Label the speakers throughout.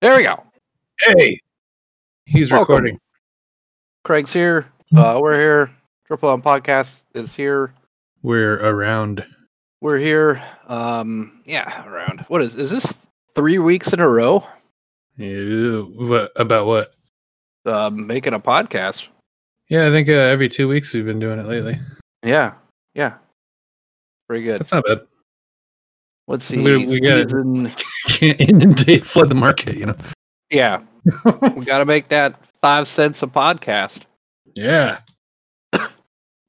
Speaker 1: There we go.
Speaker 2: Hey, he's
Speaker 1: Welcome.
Speaker 2: recording.
Speaker 1: Craig's here.
Speaker 2: Hmm.
Speaker 1: Uh, we're here. Triple M Podcast is here.
Speaker 2: We're around.
Speaker 1: We're here. Um, yeah, around. What is is this? Three weeks in a row
Speaker 2: Ew, what about what?
Speaker 1: uh, making a podcast.
Speaker 2: Yeah, I think uh, every two weeks we've been doing it lately.
Speaker 1: Yeah, yeah, pretty good.
Speaker 2: That's not bad.
Speaker 1: Let's see.
Speaker 2: we- we got it.
Speaker 1: season-
Speaker 2: Can't inundate, flood the market, you
Speaker 1: yeah,
Speaker 2: know.
Speaker 1: we got to make that five cents a podcast.
Speaker 2: yeah.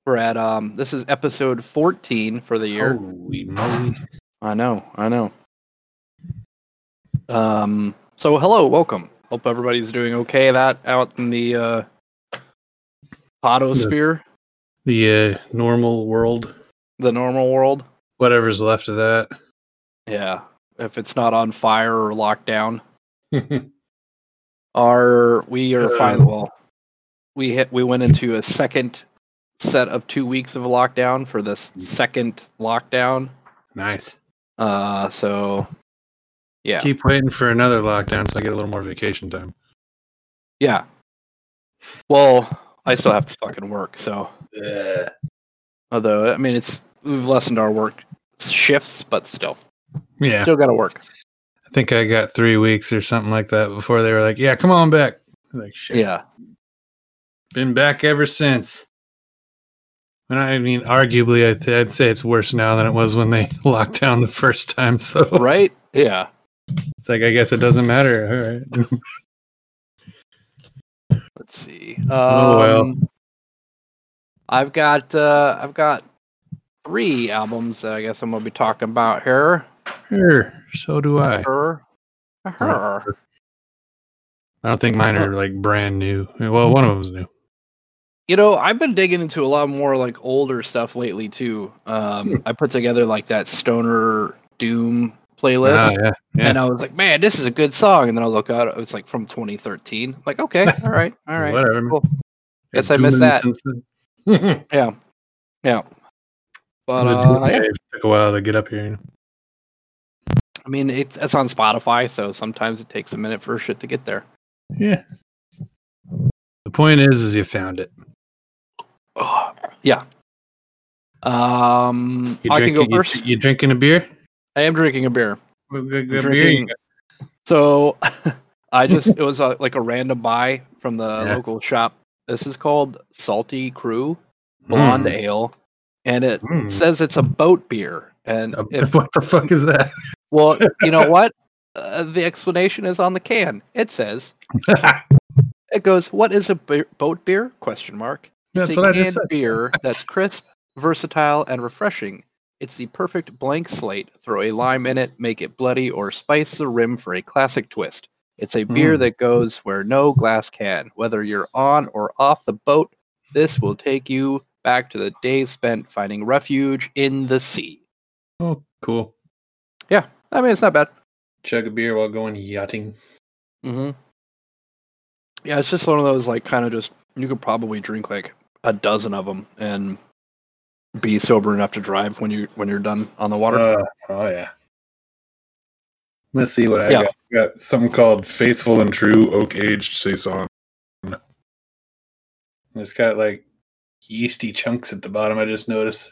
Speaker 1: We're at um. This is episode fourteen for the year.
Speaker 2: Holy moly!
Speaker 1: I know, I know. Um, so hello, welcome. Hope everybody's doing okay that out in the uh potosphere,
Speaker 2: The uh, normal world,
Speaker 1: the normal world.
Speaker 2: whatever's left of that.
Speaker 1: Yeah. If it's not on fire or lockdown. Are we are fine
Speaker 2: Um,
Speaker 1: well we hit we went into a second set of two weeks of lockdown for this second lockdown.
Speaker 2: nice.
Speaker 1: Uh so yeah.
Speaker 2: Keep waiting for another lockdown so I get a little more vacation time.
Speaker 1: Yeah. Well, I still have to fucking work, so
Speaker 2: Yeah.
Speaker 1: although I mean it's we've lessened our work shifts, but still
Speaker 2: Yeah.
Speaker 1: still gotta work.
Speaker 2: I think I got three weeks or something like that before they were like, "Yeah, come on back." I'm like, shit.
Speaker 1: Yeah,
Speaker 2: been back ever since. And I mean, arguably, I'd, I'd say it's worse now than it was when they locked down the first time. So
Speaker 1: right. Yeah,
Speaker 2: it's like, I guess it doesn't matter. All right.
Speaker 1: let's see. Um,
Speaker 2: Oh, well.
Speaker 1: I've got uh, I've got three albums that I guess I'm gonna be talking about here.
Speaker 2: Sure. So do I.
Speaker 1: Her, her.
Speaker 2: I don't think mine are like brand new. Well, one of them's new.
Speaker 1: You know, I've been digging into a lot more like older stuff lately too.
Speaker 2: Hmm.
Speaker 1: Um, I put together like that stoner doom playlist.
Speaker 2: Ah, yeah. Yeah.
Speaker 1: And I was like, man, this is a good song. And then I look out, it's like from 2013. like, okay, all right, all right.
Speaker 2: Whatever. man.
Speaker 1: cool.
Speaker 2: They're
Speaker 1: Guess I
Speaker 2: doing
Speaker 1: missed that.
Speaker 2: since then.
Speaker 1: But
Speaker 2: The
Speaker 1: uh,
Speaker 2: doing
Speaker 1: yeah,
Speaker 2: wave took a while to get up here. you know.
Speaker 1: I mean, it's, it's on Spotify, so sometimes it takes a minute for shit to get there.
Speaker 2: Yeah. The point is, is you found it.
Speaker 1: Ugh, yeah. Um,
Speaker 2: You
Speaker 1: I can
Speaker 2: drink-
Speaker 1: go
Speaker 2: you-
Speaker 1: first.
Speaker 2: You, drinking a beer?
Speaker 1: I am drinking a beer.
Speaker 2: Good, good,
Speaker 1: I'm
Speaker 2: good beer you
Speaker 1: drinking- So I just, it was a, like a random buy from the
Speaker 2: Yeah.
Speaker 1: local shop. This is called Salty Crew
Speaker 2: got?
Speaker 1: Blonde
Speaker 2: Mm.
Speaker 1: Ale, and it
Speaker 2: Mm.
Speaker 1: says it's a boat beer. And
Speaker 2: A-
Speaker 1: if
Speaker 2: Uh, what the fuck is that?
Speaker 1: Well, you know what? Uh, the explanation is on the can. It says it goes, "What is a beer, boat beer?" Question mark.
Speaker 2: That's
Speaker 1: it's a
Speaker 2: what I
Speaker 1: canned
Speaker 2: just said.
Speaker 1: beer that's crisp, versatile, and refreshing. It's the perfect blank slate. Throw a lime in it, make it bloody, or spice the rim for a classic twist. It's a beer
Speaker 2: Mm.
Speaker 1: that goes where no glass can. Whether you're on or off the boat, this will take you back to the days spent finding refuge in the sea.
Speaker 2: Oh, cool.
Speaker 1: I mean, it's not bad.
Speaker 2: Chug a beer while going yachting.
Speaker 1: hmm Yeah, it's just one of those like kind of just you could probably drink like a dozen of them and be sober enough to drive when you when you're done on the water.
Speaker 2: oh yeah. Let's see what I
Speaker 1: Yeah.
Speaker 2: got. I got something called Faithful and True Oak Aged Saison. It's got like yeasty chunks at the bottom. I just noticed.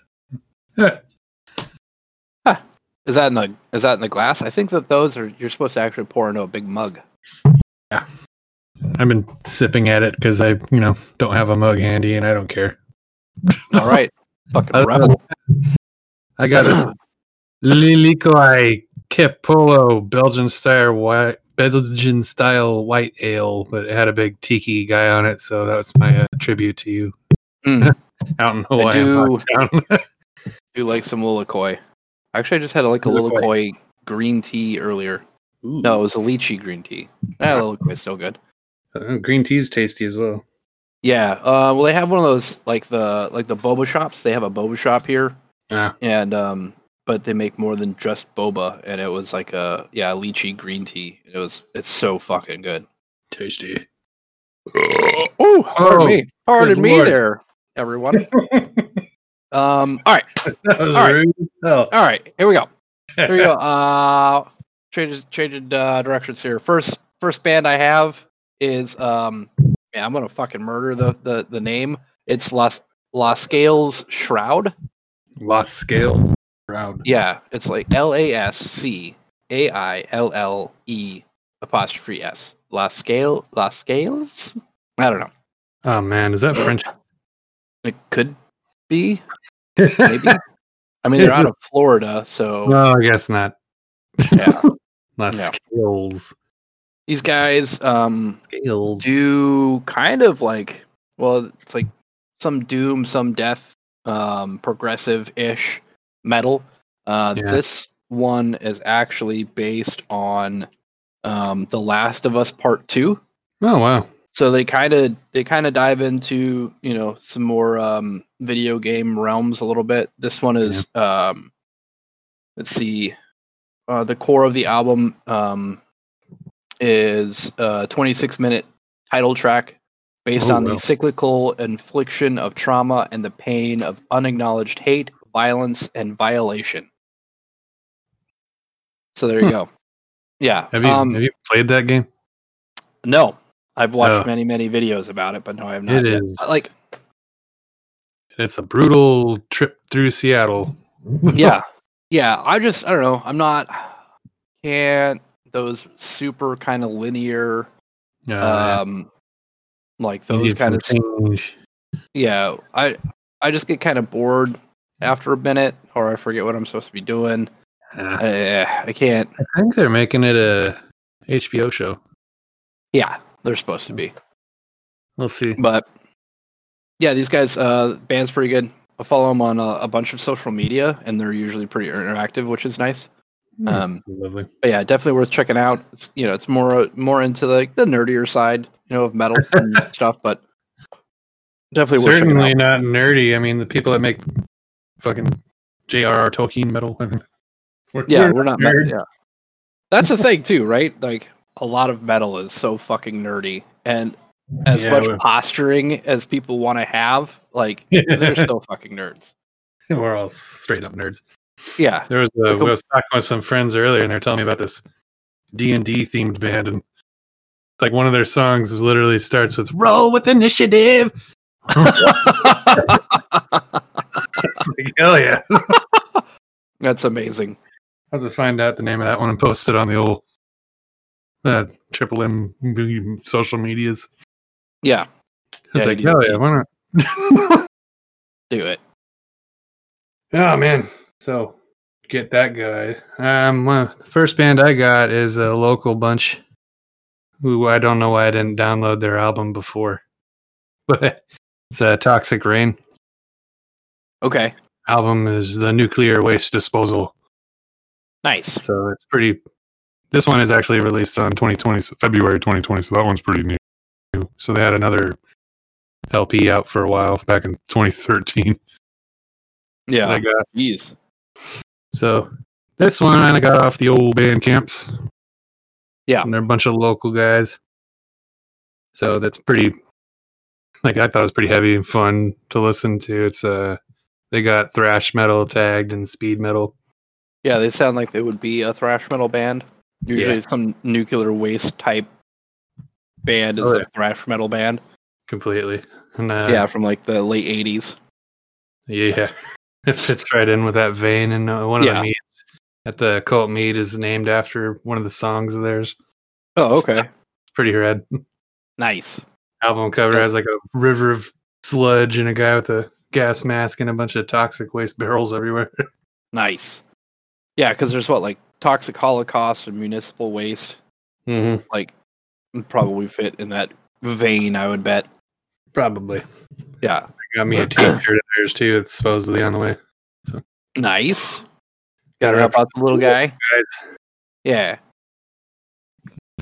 Speaker 1: is that in the is that in the glass? I think that those are you're supposed to actually pour into a big mug.
Speaker 2: I've been sipping at it because I, you know, don't have a mug handy and I don't care.
Speaker 1: All right, fucking
Speaker 2: I-
Speaker 1: rebel.
Speaker 3: Oh.
Speaker 2: I got this Lilikoi Kepolo Belgian style white Belgian style white ale, but it had a big tiki guy on it, so that was my uh, tribute to you
Speaker 1: Mm,
Speaker 2: out in Hawaii.
Speaker 1: do-
Speaker 2: lockdown.
Speaker 1: do like some lilikoi. Actually, I just had like a
Speaker 2: Lilikoi.
Speaker 1: lilikoi green tea earlier.
Speaker 3: Ooh.
Speaker 1: No, it was a lychee green tea. That little it's still good.
Speaker 3: Uh, green tea's tasty as well.
Speaker 1: Yeah. Uh, well, they have one of those like the like the boba shops. They have a boba shop here.
Speaker 3: Yeah.
Speaker 1: And um, but they make more than just boba, and it was like a yeah lychee green tea. It was it's so fucking good.
Speaker 3: Tasty.
Speaker 1: Ooh, pardon
Speaker 2: Oh,
Speaker 1: me, pardon
Speaker 2: good
Speaker 1: me
Speaker 2: lord.
Speaker 1: there, everyone.
Speaker 3: that
Speaker 1: um. All right.
Speaker 3: was
Speaker 1: All right.
Speaker 3: rude. Oh.
Speaker 1: All right. Here we go. Here we go. Uh, traded traded uh, directions here. First first band I have is um. Yeah, I'm gonna fucking murder the the the name. It's Las Las Scales Shroud.
Speaker 2: Lost scales. Proud.
Speaker 1: Yeah, it's like L A S C A I L L E apostrophe S. La scale, la scales. I don't know.
Speaker 2: Oh man, is that French?
Speaker 1: It could be, maybe. I mean, they're out of Florida, so
Speaker 2: no, I guess not.
Speaker 1: yeah.
Speaker 2: Lost scales.
Speaker 1: These guys um,
Speaker 2: Scales.
Speaker 1: do kind of like, well, it's like some doom, some death, um, progressive ish metal. Uh,
Speaker 2: Yeah.
Speaker 1: This one is actually based on um, The Last of Us Part Two.
Speaker 2: Oh wow.
Speaker 1: so they kind of they kind of dive into you know some more um video game realms a little bit this one is um let's see uh the core of the album um is a 26 minute title track based
Speaker 2: Oh,
Speaker 1: on
Speaker 2: wow.
Speaker 1: the cyclical infliction of trauma and the pain of unacknowledged hate violence and violation so there you go yeah
Speaker 2: Have you
Speaker 1: um,
Speaker 2: have you played that game?
Speaker 1: no, I've watched
Speaker 2: Oh.
Speaker 1: many, many videos about it, but no, I have not.
Speaker 2: It
Speaker 1: yet. Uh,
Speaker 2: is-
Speaker 1: like,
Speaker 2: It's a brutal trip through Seattle.
Speaker 1: yeah, yeah. I just, I don't know. I'm not can't those super kind of linear,
Speaker 2: Uh,
Speaker 1: um, like
Speaker 2: you
Speaker 1: those
Speaker 2: need
Speaker 1: kind
Speaker 2: some
Speaker 1: of.
Speaker 2: change.
Speaker 1: Yeah, I, I just get kind of bored after a minute, or I forget what I'm supposed to be doing.
Speaker 2: Uh,
Speaker 1: Uh, I can't.
Speaker 2: I think they're making it a HBO show.
Speaker 1: Yeah, they're supposed to be.
Speaker 2: We'll see.
Speaker 1: but yeah, these guys, uh, band's pretty good. I follow them on a, a bunch of social media, and they're usually pretty interactive, which is nice.
Speaker 2: Hmm.
Speaker 1: Um,
Speaker 2: Lovely.
Speaker 1: but yeah, definitely worth checking out. It's you know, it's more more into like the nerdier side, you know, of metal and stuff, but definitely worth checking
Speaker 2: Certainly
Speaker 1: out.
Speaker 2: not nerdy. I mean, the people that make fucking J.R.R. Tolkien metal. We're-
Speaker 1: Yeah,
Speaker 2: we're
Speaker 1: we're not.
Speaker 2: nerds.
Speaker 1: nerds. Yeah. That's the thing too, right? Like a lot of metal is so fucking nerdy, and as
Speaker 2: Yeah,
Speaker 1: much
Speaker 2: we're-
Speaker 1: posturing as people want to have, like they're still fucking nerds.
Speaker 2: we're all straight up nerds.
Speaker 1: Yeah,
Speaker 2: There was a,
Speaker 1: Like a-
Speaker 2: I was talking with some friends earlier, and they're telling me about this D and D themed band, and it's like one of their songs is literally starts with "Roll with Initiative." It's like hell yeah! I
Speaker 1: that's amazing.
Speaker 2: have to find out the name of that one and post it on the old uh, Triple M social medias.
Speaker 1: Yeah,
Speaker 2: It's
Speaker 1: Yeah,
Speaker 2: like
Speaker 1: you
Speaker 2: hell
Speaker 1: do.
Speaker 2: yeah, why not?
Speaker 1: do it.
Speaker 2: oh man, so get that guy. Um, well, the first band I got is a local bunch. Who I don't know why I didn't download their album before, but it's uh, Toxic Rain.
Speaker 1: Okay,
Speaker 2: album is the nuclear waste disposal.
Speaker 1: nice.
Speaker 2: So it's pretty. This one is actually released on 2020 so February 2020, so that one's pretty new. So they had another LP out for a while back in 2013. that
Speaker 1: Yeah,
Speaker 2: I got.
Speaker 1: jeez.
Speaker 2: So this one I got off the old band camps.
Speaker 1: Yeah.
Speaker 2: and they're a bunch of local guys. So that's pretty. Like I thought it was pretty heavy and fun to listen to. It's uh they got thrash metal tagged and speed metal.
Speaker 1: Yeah, they sound like they would be a thrash metal band. Usually,
Speaker 2: Yeah.
Speaker 1: some nuclear waste type band is
Speaker 2: Oh,
Speaker 1: a thrash metal band.
Speaker 2: completely. And uh,
Speaker 1: yeah, from like the late '80s.
Speaker 2: yeah, it fits right in with that vein. And uh, one of
Speaker 1: Yeah.
Speaker 2: the meets at the cult meet is named after one of the songs of theirs.
Speaker 1: Oh,
Speaker 2: So-
Speaker 1: okay,
Speaker 2: It's pretty rad.
Speaker 1: nice.
Speaker 2: Album cover has like a river of sludge and a guy with a gas mask and a bunch of toxic waste barrels everywhere.
Speaker 1: Nice. Yeah, because there's what like toxic holocaust and municipal waste
Speaker 2: Mm-hmm.
Speaker 1: would probably fit in that vein. I would bet.
Speaker 2: Probably
Speaker 1: Yeah,
Speaker 2: got me a T-shirt of theirs too. It's supposedly on the way.
Speaker 1: nice. Got to help out the little guy.
Speaker 2: Guys,
Speaker 1: Yeah.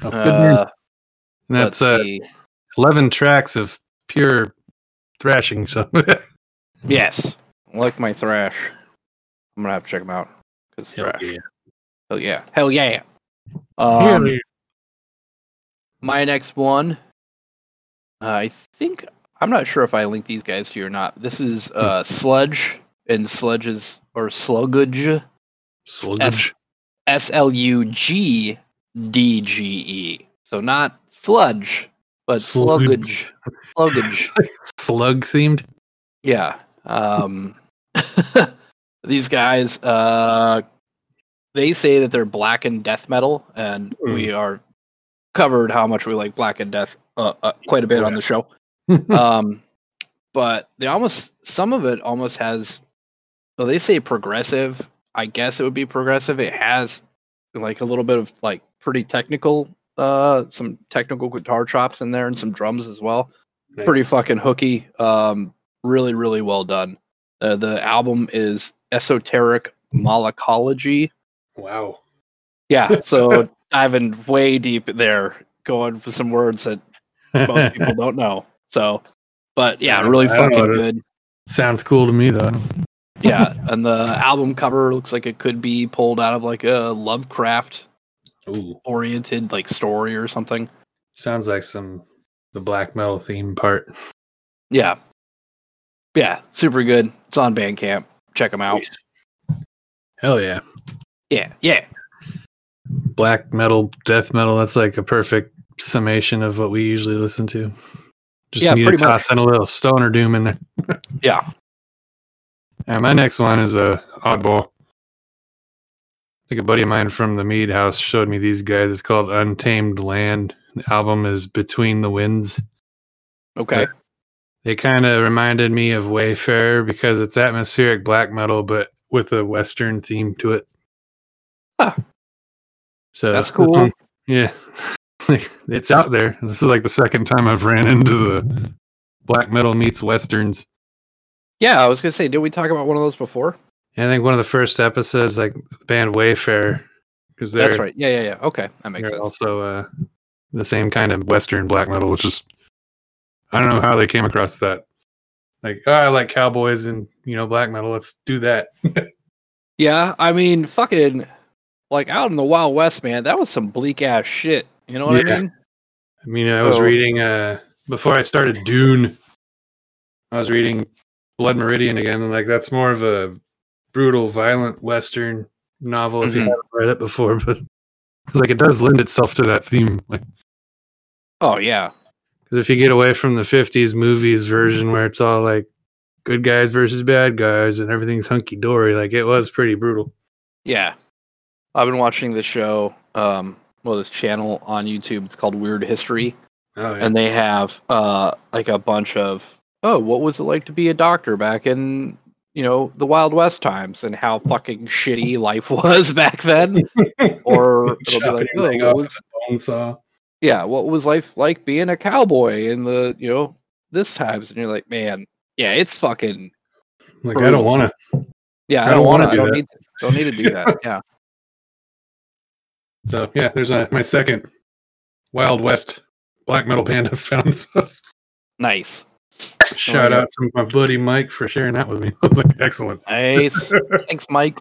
Speaker 2: Oh, good man.
Speaker 1: Uh,
Speaker 2: And that's
Speaker 1: let's
Speaker 2: uh,
Speaker 1: see.
Speaker 2: 11 tracks of pure thrashing. So
Speaker 1: Yes, I like my thrash. I'm gonna have to check them out. 'cause thrash. Hell yeah! Hell yeah! Um, my next one, I think I'm not sure if I link these guys to you or not. This is uh, Sludge and Sludge's or Slugge,
Speaker 2: sludge.
Speaker 1: S L U G D G E. So not sludge, but slugage. Slugage.
Speaker 2: Slug themed.
Speaker 1: Yeah. Um, these guys, uh, they say that they're black and death metal, and
Speaker 2: Hmm.
Speaker 1: we are covered how much we like black and death uh, uh, quite a bit on the show.
Speaker 2: Hmm.
Speaker 1: Um, but they almost some of it almost has. Well, they say progressive. I guess it would be progressive. It has like a little bit of like pretty technical, uh, some technical guitar chops in there, and some drums as well
Speaker 4: Nice.
Speaker 1: pretty fucking hooky. Um, really, really well done. Uh, the album is Esoteric Molacology.
Speaker 4: wow.
Speaker 1: Yeah, so diving way deep there, going for some words that most people don't know. So, but yeah,
Speaker 2: Yeah,
Speaker 1: really
Speaker 2: I don't know
Speaker 1: fucking
Speaker 2: what it-
Speaker 1: good.
Speaker 2: Sounds cool to me though.
Speaker 1: Yeah, and the album cover looks like it could be pulled out of like a Lovecraft
Speaker 4: Ooh,
Speaker 1: oriented like story or something.
Speaker 2: Sounds like some
Speaker 4: the black metal theme part.
Speaker 1: Yeah. Yeah, super good. It's on Bandcamp. Check them out.
Speaker 2: hell yeah.
Speaker 1: Yeah, yeah.
Speaker 2: Black metal, death metal. That's like a perfect summation of what we usually listen to. Just
Speaker 1: Yeah,
Speaker 2: need to
Speaker 1: pretty much.
Speaker 2: toss in a little stoner doom in there.
Speaker 1: Yeah.
Speaker 2: And my next one is a oddball. I think a buddy of mine from the Mead House showed me these guys. It's called Untamed Land. The album is Between the Winds.
Speaker 1: Okay.
Speaker 2: They kind of reminded me of Wayfarer because it's atmospheric black metal, but with a Western theme to it.
Speaker 1: Huh.
Speaker 2: So
Speaker 1: That's
Speaker 2: this
Speaker 1: cool.
Speaker 2: one- yeah, it's out there. This is like the second time I've ran into the black metal meets westerns.
Speaker 1: Yeah, I was gonna say, did we talk about one of those before?
Speaker 2: I think one of the first episodes, like the band Wayfair, because they're,
Speaker 1: That's right. Yeah, yeah, yeah. Okay, that makes
Speaker 2: they're
Speaker 1: sense.
Speaker 2: also uh, the same kind of Western black metal, which is I don't know how they came across that. Like, oh, I like cowboys and you know black metal. Let's do that.
Speaker 1: Yeah, I mean, fucking, like out in the Wild West, man, that was some bleak ass shit. You know what
Speaker 2: Yeah.
Speaker 1: I mean?
Speaker 2: I mean, I was
Speaker 1: Oh.
Speaker 2: reading uh, before I started Dune. I was reading Blood Meridian again, and like that's more of a brutal, violent Western novel. If you
Speaker 1: Mhm.
Speaker 2: haven't read it before, but it's like it does lend itself to that theme. Like,
Speaker 1: Oh yeah,
Speaker 2: Because if you get away from the 50s movies version where it's all like good guys versus bad guys and everything's hunky dory, like it was pretty brutal.
Speaker 1: yeah. I've been watching this show, um, well, this channel on YouTube. It's called Weird History,
Speaker 4: Oh yeah.
Speaker 1: and they have uh like a bunch of oh, what was it like to be a doctor back in you know the Wild West times, and how fucking shitty life was back then, or it'll be
Speaker 4: Chopping
Speaker 1: like,
Speaker 4: your
Speaker 1: oh,
Speaker 4: leg
Speaker 1: what
Speaker 4: off with
Speaker 1: was
Speaker 4: a bone saw.
Speaker 1: yeah, what was life like being a cowboy in the, you know, this times? And you're like, man, yeah, it's fucking,
Speaker 2: Like I don't want to.
Speaker 1: yeah, I,
Speaker 2: I
Speaker 1: don't
Speaker 2: don't
Speaker 1: want
Speaker 2: wanna
Speaker 1: to, I don't
Speaker 2: do that.
Speaker 1: need, don't need to do that. Yeah.
Speaker 2: So yeah, there's a, my second Wild West black metal band I found. So oh,
Speaker 1: Nice.
Speaker 2: shout
Speaker 1: yeah.
Speaker 2: out to my buddy Mike for sharing that with me. I was like, excellent.
Speaker 1: Nice. Thanks, Mike.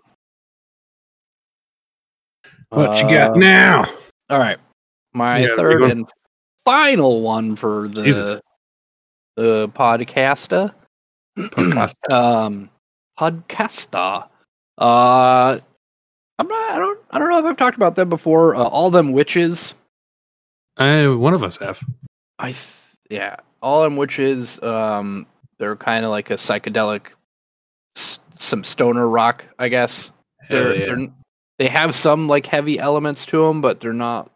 Speaker 2: What you got
Speaker 1: Uh,
Speaker 2: now?
Speaker 1: All right. My
Speaker 2: Yeah, big
Speaker 1: third
Speaker 2: one.
Speaker 1: and final one for the,
Speaker 2: Jesus.
Speaker 1: the podcaster.
Speaker 2: Podcast.
Speaker 1: um podcaster uh i'm not i don't i don't know if i've talked about them before uh, all them witches
Speaker 2: I, one of us have.
Speaker 1: i th- yeah all them witches um they're kind of like a psychedelic s- some stoner rock i guess they're,
Speaker 2: Hell yeah.
Speaker 1: they're n- they have some like heavy elements to them but they're not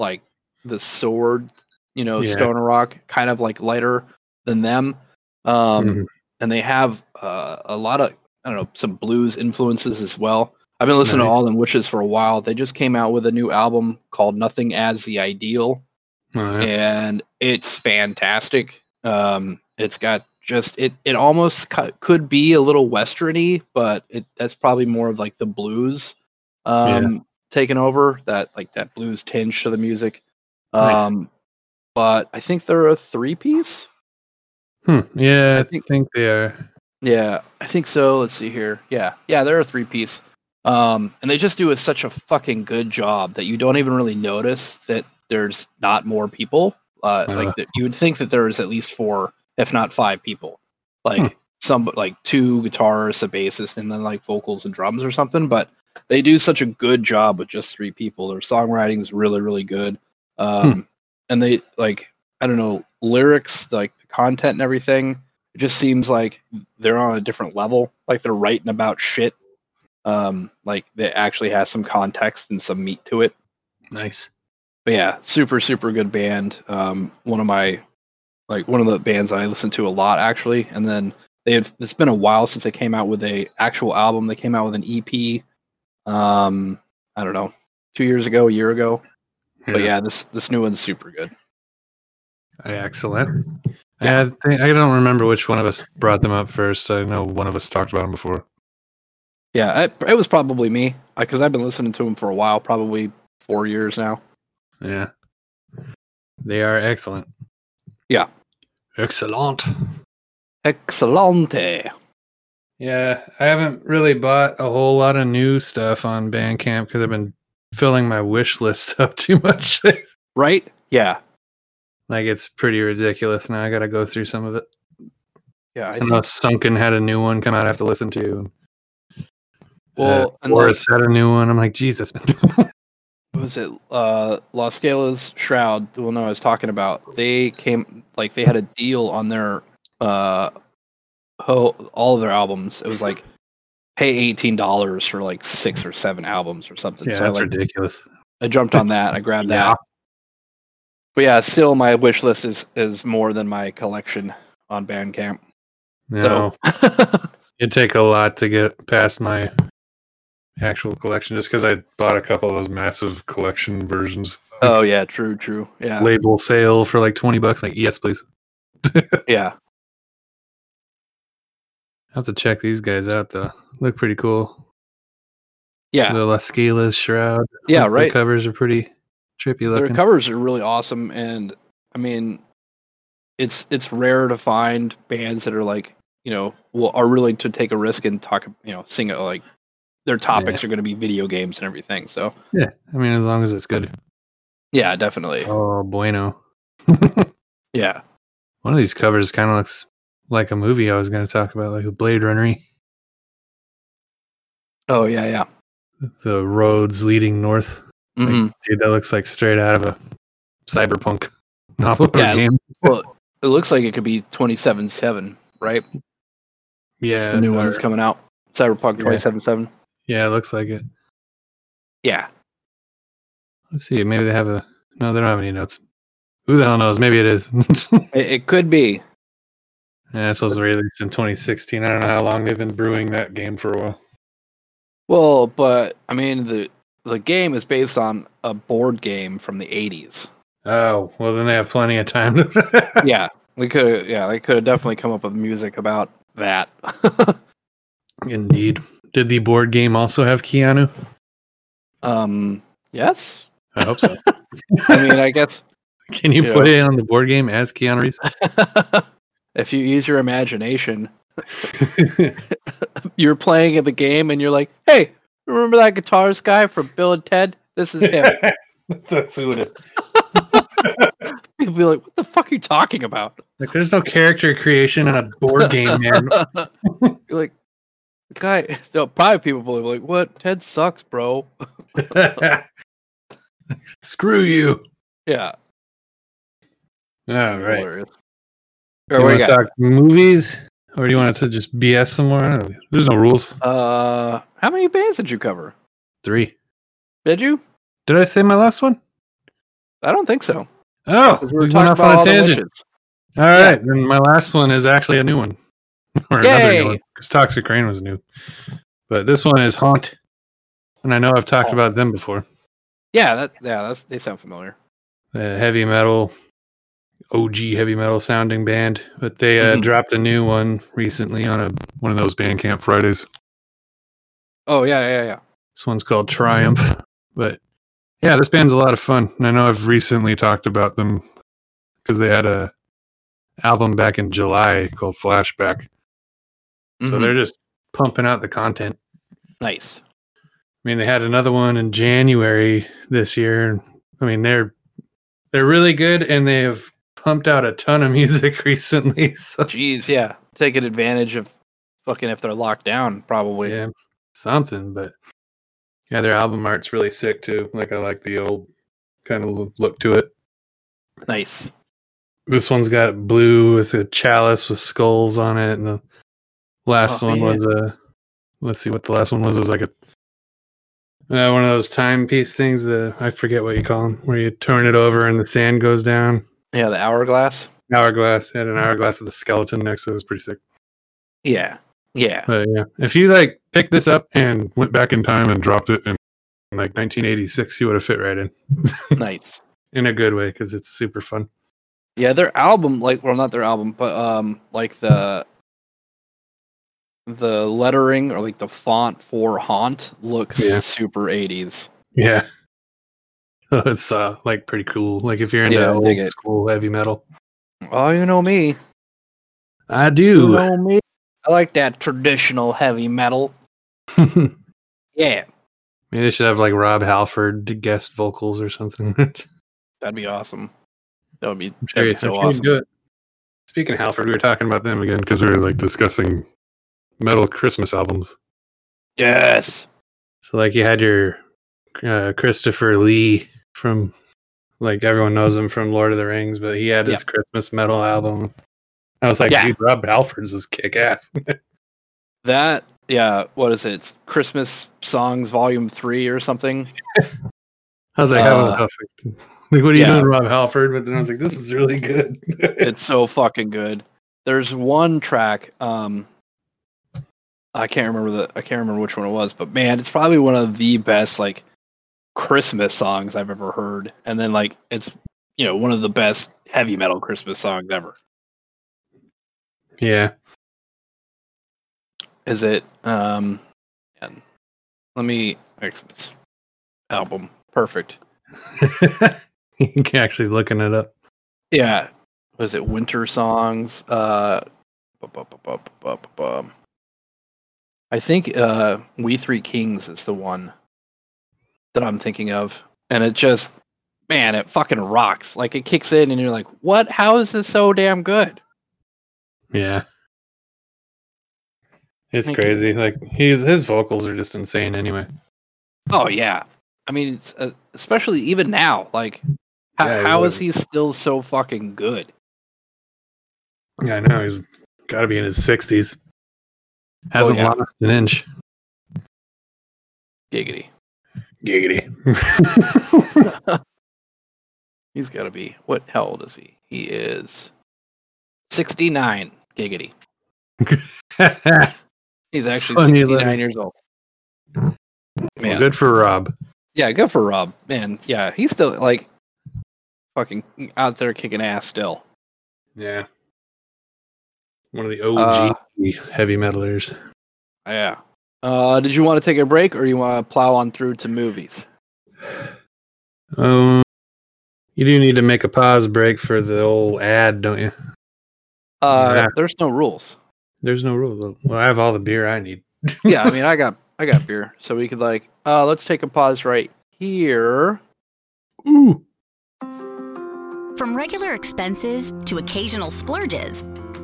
Speaker 1: like the sword you know
Speaker 2: Yeah.
Speaker 1: stoner rock kind of like lighter than them um
Speaker 2: Mhm.
Speaker 1: and they have uh, a lot of I don't know some blues influences as well. I've been listening to
Speaker 2: Nice.
Speaker 1: all them Witches for a while. They just came out with a new album called Nothing as the Ideal,
Speaker 2: All right.
Speaker 1: and it's fantastic. Um, it's got just it it almost cu- could be a little westerny, but it that's probably more of like the blues um, taking over that like that blues tinge to the music.
Speaker 2: Nice.
Speaker 1: Um, But I think they're a three piece.
Speaker 2: Hmm. Yeah,
Speaker 1: I
Speaker 2: I
Speaker 1: think-
Speaker 2: think, they are.
Speaker 1: Yeah, I think so. Let's see here. Yeah, yeah, they're a three piece. Um, and they just do a, such a fucking good job that you don't even really notice that there's not more people. Uh,
Speaker 2: Uh.
Speaker 1: like that you would think that there is at least four, if not five people, like
Speaker 2: Hmm.
Speaker 1: some like two guitarists, a bassist, and then like vocals and drums or something. But they do such a good job with just three people. Their songwriting is really, really good. Um, and they like I don't know lyrics, like the content and everything it just seems like they're on a different level like they're writing about shit um like that actually has some context and some meat to it
Speaker 5: Nice.
Speaker 1: but yeah super super good band um one of my like one of the bands i listen to a lot actually and then they had it's been a while since they came out with a actual album they came out with an ep um i don't know two years ago a year ago but yeah this this new one's super good
Speaker 2: Excellent. Yeah. I, think, I don't remember which one of us brought them up first. I know one of us talked about them before.
Speaker 1: Yeah, I, it was probably me because I've been listening to him for a while, probably four years now.
Speaker 2: Yeah. They are excellent.
Speaker 1: Yeah.
Speaker 2: Excellent.
Speaker 1: Excelente.
Speaker 2: Yeah, I haven't really bought a whole lot of new stuff on Bandcamp because I've been filling my wish list up too much.
Speaker 1: Right? Yeah.
Speaker 2: like it's pretty ridiculous now. I got to go through some of it.
Speaker 1: Yeah. I
Speaker 2: I
Speaker 1: think,
Speaker 2: know Sunken had a new one come out I have to listen to.
Speaker 1: well,
Speaker 2: uh,
Speaker 1: and like,
Speaker 2: Boris had a new one. I'm like, Jesus, man.
Speaker 1: what was it uh, La Scala's Shroud, the one I was talking about? They came, like, they had a deal on their, uh, ho- all of their albums. It was like, pay $18 for like six or seven albums or something.
Speaker 2: yeah,
Speaker 1: so I,
Speaker 2: that's
Speaker 1: like,
Speaker 2: ridiculous.
Speaker 1: I jumped on that. I grabbed
Speaker 2: Yeah.
Speaker 1: that. But yeah, still my wish list is, is more than my collection on Bandcamp.
Speaker 2: No,
Speaker 1: So-
Speaker 2: it'd take a lot to get past my actual collection just because I bought a couple of those massive collection versions.
Speaker 1: oh yeah, true, true. Yeah,
Speaker 2: Label sale for like 20 bucks. Like, yes, please.
Speaker 1: yeah,
Speaker 2: I have to check these guys out though. Look pretty cool.
Speaker 1: yeah.
Speaker 2: The Las Scala's Shroud.
Speaker 1: Yeah,
Speaker 2: Look,
Speaker 1: right.
Speaker 2: The covers are pretty trippy
Speaker 1: Their
Speaker 2: looking.
Speaker 1: covers are really awesome, and I mean, it's it's rare to find bands that are like you know will, are really to take a risk and talk you know sing it like their topics are going to be video games and everything. So
Speaker 2: yeah, I mean, as long as it's good.
Speaker 1: yeah, definitely.
Speaker 2: Oh, bueno.
Speaker 1: Yeah,
Speaker 2: One of these covers kind of looks like a movie I was going to talk about, like a Blade Runner.
Speaker 1: oh yeah, yeah.
Speaker 2: The roads leading north.
Speaker 1: hmm
Speaker 2: Dude, that looks like straight out of a cyberpunk novel or
Speaker 1: Yeah.
Speaker 2: game.
Speaker 1: well, it looks like it could be twenty seven seven, right?
Speaker 2: Yeah,
Speaker 1: The new
Speaker 2: or-
Speaker 1: one's coming out, Cyberpunk
Speaker 2: Yeah.
Speaker 1: twenty seven seven.
Speaker 2: Yeah, it looks like it.
Speaker 1: Yeah,
Speaker 2: Let's see. Maybe they have a. No, they don't have any notes. Who the hell knows? Maybe it is. yeah,
Speaker 1: it, it could be.
Speaker 2: this was released in 2016. I don't know how long they've been brewing that game for a while.
Speaker 1: Well, but I mean the the game is based on a board game from the '80s.
Speaker 2: Oh, well, then they have plenty of time. To
Speaker 1: yeah, we could. Yeah, they could have definitely come up with music about that.
Speaker 2: Indeed. Did the board game also have Keanu?
Speaker 1: um, yes.
Speaker 2: I hope so.
Speaker 1: I mean, I guess
Speaker 2: Can you
Speaker 1: Yeah.
Speaker 2: play on the board game as Keanu Reeves?
Speaker 1: if you use your imagination, you're playing in the game, and you're like, "Hey, remember that guitarist guy from Bill and Ted? This is him."
Speaker 2: That's who it is.
Speaker 1: You'll be like, "What the fuck are you talking about?"
Speaker 2: Like, there's no character creation in a board game, man.
Speaker 1: You're like, "The guy." No, probably people will be like, "What? Ted sucks, bro."
Speaker 2: Screw you.
Speaker 1: Yeah.
Speaker 2: All right.
Speaker 1: Hilarious.
Speaker 2: You
Speaker 1: Or what do
Speaker 2: want
Speaker 1: you
Speaker 2: to
Speaker 1: got?
Speaker 2: talk movies, or do you want to just BS some more? I don't know. There's no rules.
Speaker 1: Uh, how many bands did you cover?
Speaker 2: Three.
Speaker 1: Did you?
Speaker 2: Did I say my last one?
Speaker 1: I don't think so.
Speaker 2: Oh,
Speaker 1: 'cause
Speaker 2: we went off on a
Speaker 1: all the
Speaker 2: tangent.
Speaker 1: wishes.
Speaker 2: All right, then my last one is actually a new one, or another
Speaker 1: Yay!
Speaker 2: new one, because Toxic Rain was new, but this one is Haunt, and I know I've talked
Speaker 1: Haunt.
Speaker 2: about them before.
Speaker 1: Yeah, that yeah, that's they sound familiar.
Speaker 2: a heavy metal OG heavy metal sounding band, but they uh,
Speaker 1: Mhm.
Speaker 2: dropped a new one recently on a one of those Bandcamp Fridays.
Speaker 1: Oh yeah, yeah, yeah.
Speaker 2: This one's called Triumph, but Yeah, this band's a lot of fun. And I know I've recently talked about them because they had a album back in July called Flashback. So
Speaker 1: Mhm.
Speaker 2: they're just pumping out the content.
Speaker 1: nice.
Speaker 2: I mean, they had another one in January this year. I mean, they're they're really good, and they have pumped out a ton of music recently. So
Speaker 1: Jeez, yeah. Taking advantage of fucking if they're locked down, probably.
Speaker 2: yeah, something. But yeah, their album art's really sick too. Like I like the old kind of look to it.
Speaker 1: Nice.
Speaker 2: This one's got blue with a chalice with skulls on it, and the last
Speaker 1: Oh,
Speaker 2: one
Speaker 1: yeah.
Speaker 2: was a. Let's see what the last one was. It was like a uh, one of those timepiece things. The I forget what you call them, where you turn it over and the sand goes down.
Speaker 1: Yeah, the hourglass.
Speaker 2: hourglass. Had an hourglass with a skeleton next to it. It was pretty sick.
Speaker 1: Yeah. Yeah.
Speaker 2: But yeah, if you like picked this up and went back in time and dropped it in like 1986, you would have fit right in
Speaker 1: nice.
Speaker 2: in a good way because it's super fun.
Speaker 1: Yeah, their album, like, well, not their album, but um, like the the lettering or like the font for Haunt looks
Speaker 2: Yeah.
Speaker 1: super eighties.
Speaker 2: Yeah. So it's uh, like pretty cool. Like if you're into
Speaker 1: Yeah, I
Speaker 2: old
Speaker 1: dig it.
Speaker 2: school heavy metal,
Speaker 1: Oh, you know me,
Speaker 2: I
Speaker 1: you
Speaker 2: do.
Speaker 1: know me. I like that traditional heavy metal. Yeah,
Speaker 2: Maybe they should have like Rob Halford to guest vocals or something. I'm
Speaker 1: that'd be awesome. That would be,
Speaker 2: sure
Speaker 1: that'd be
Speaker 2: he's- I'm
Speaker 1: so
Speaker 2: sure he'd
Speaker 1: awesome.
Speaker 2: do it. Speaking of Halford, we were talking about them again because we were like discussing metal Christmas albums.
Speaker 1: Yes,
Speaker 2: So like you had your uh, Christopher Lee from like everyone knows him from Lord of the Rings, but he had his Christmas metal album. I was like,
Speaker 1: Yeah.
Speaker 2: dude, Rob Halford's is kick ass.
Speaker 1: that. Yeah, what is it? It's Christmas songs, volume three or something.
Speaker 2: I was like,
Speaker 1: Uh,
Speaker 2: how the fuck- like what are you
Speaker 1: yeah.
Speaker 2: doing, Rob Halford? But then I was like, this is really good.
Speaker 1: it's so fucking good. There's one track. Um, I can't remember the. I can't remember which one it was, but man, it's probably one of the best like Christmas songs I've ever heard. And then like it's you know one of the best heavy metal Christmas songs ever.
Speaker 2: yeah.
Speaker 1: Is it? Um, and let me Christmas album. Perfect.
Speaker 2: you can actually looking it up.
Speaker 1: Yeah. Was it Winter Songs? Uh, bu- bu- bu- bu- bu- bu- bu- bum. I think uh, We Three Kings is the one that I'm thinking of. And it just, man, it fucking rocks. Like it kicks in and you're like, what? How is this so damn good?
Speaker 2: Yeah. It's
Speaker 1: Thank you.
Speaker 2: crazy. Like he's his vocals are just insane anyway.
Speaker 1: Oh, yeah. I mean, it's, uh, especially even now, like, how,
Speaker 2: Yeah,
Speaker 1: how is
Speaker 2: like-
Speaker 1: he still so fucking good?
Speaker 2: Yeah, I know. He's got to be in his 60s. Hasn't
Speaker 1: Oh, yeah.
Speaker 2: lost an inch.
Speaker 1: Giggity.
Speaker 2: Giggity.
Speaker 1: He's got to be, what, how old is he? He is 69. Giggity. He's actually
Speaker 2: Funny
Speaker 1: 69
Speaker 2: little-
Speaker 1: years old. Man,
Speaker 2: well, good for Rob.
Speaker 1: yeah, good for Rob. Man, yeah, he's still like fucking out there kicking ass still.
Speaker 2: Yeah. One of the
Speaker 1: Uh,
Speaker 2: OG heavy metalers.
Speaker 1: Yeah. Uh, did you want to take a break or you want to plow on through to movies?
Speaker 2: Um, you do need to make a pause break for the old ad, don't you?
Speaker 1: Uh,
Speaker 2: Yeah.
Speaker 1: There's no rules.
Speaker 2: There's no rule. though. Well, I have all the beer I need.
Speaker 1: Yeah, I mean, I got I got beer, so we could like, uh, let's take a pause right here.
Speaker 2: Ooh.
Speaker 6: From regular expenses to occasional splurges,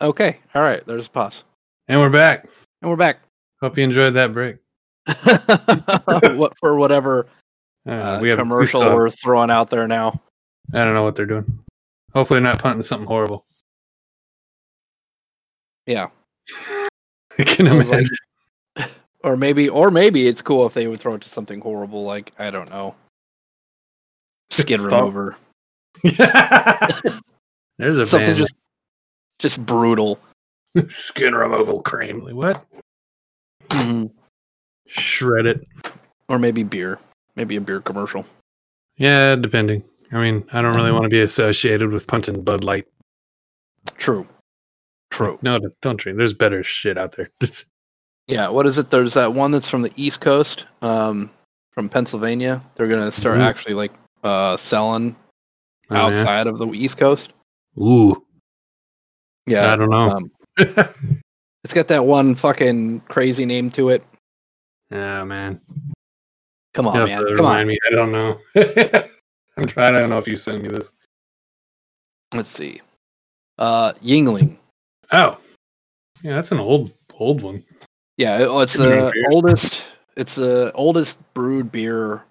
Speaker 1: Okay. All right. There's a pause.
Speaker 2: And we're back.
Speaker 1: And we're back.
Speaker 2: Hope you enjoyed that break.
Speaker 1: what for whatever
Speaker 2: Uh,
Speaker 1: uh,
Speaker 2: we have
Speaker 1: commercial
Speaker 2: Gustav.
Speaker 1: we're throwing out there now.
Speaker 2: I don't know what they're doing. Hopefully, they're not punting something horrible.
Speaker 1: Yeah.
Speaker 2: I can
Speaker 1: Or like-
Speaker 2: imagine.
Speaker 1: or maybe or maybe it's cool if they would throw it to something horrible like I don't know. Skid
Speaker 2: Salt.
Speaker 1: remover.
Speaker 2: There's a
Speaker 1: Something
Speaker 2: band.
Speaker 1: just just brutal.
Speaker 2: skin removal cream. Like, what? Mm-hmm. Shred it.
Speaker 1: Or maybe beer. Maybe a beer commercial.
Speaker 2: Yeah, depending. I mean, I don't
Speaker 1: Uh-huh.
Speaker 2: really want to be associated with punting Bud Light.
Speaker 1: True. True.
Speaker 2: No, don't drink. There's better shit out there. Oh,
Speaker 1: Yeah, what is it? There's that one that's from the East Coast, um, from Pennsylvania. They're gonna start
Speaker 2: Mhm.
Speaker 1: actually like uh selling
Speaker 2: Oh, yeah?
Speaker 1: outside of the East Coast.
Speaker 2: Ooh, I
Speaker 1: Yeah.
Speaker 2: don't know.
Speaker 1: Um,
Speaker 2: Uh,
Speaker 1: it's got that one fucking crazy name to it.
Speaker 2: oh man,
Speaker 1: Come on,
Speaker 2: You'll have to
Speaker 1: man. Come on.
Speaker 2: remind me. I don't know. I'm trying. I don't know if you sent me this.
Speaker 1: Let's see. Uh Yingling.
Speaker 2: Oh, yeah, that's an old old one.
Speaker 1: Yeah, it- well, it's
Speaker 2: Premium
Speaker 1: the
Speaker 2: beer.
Speaker 1: oldest. It's the oldest brewed beer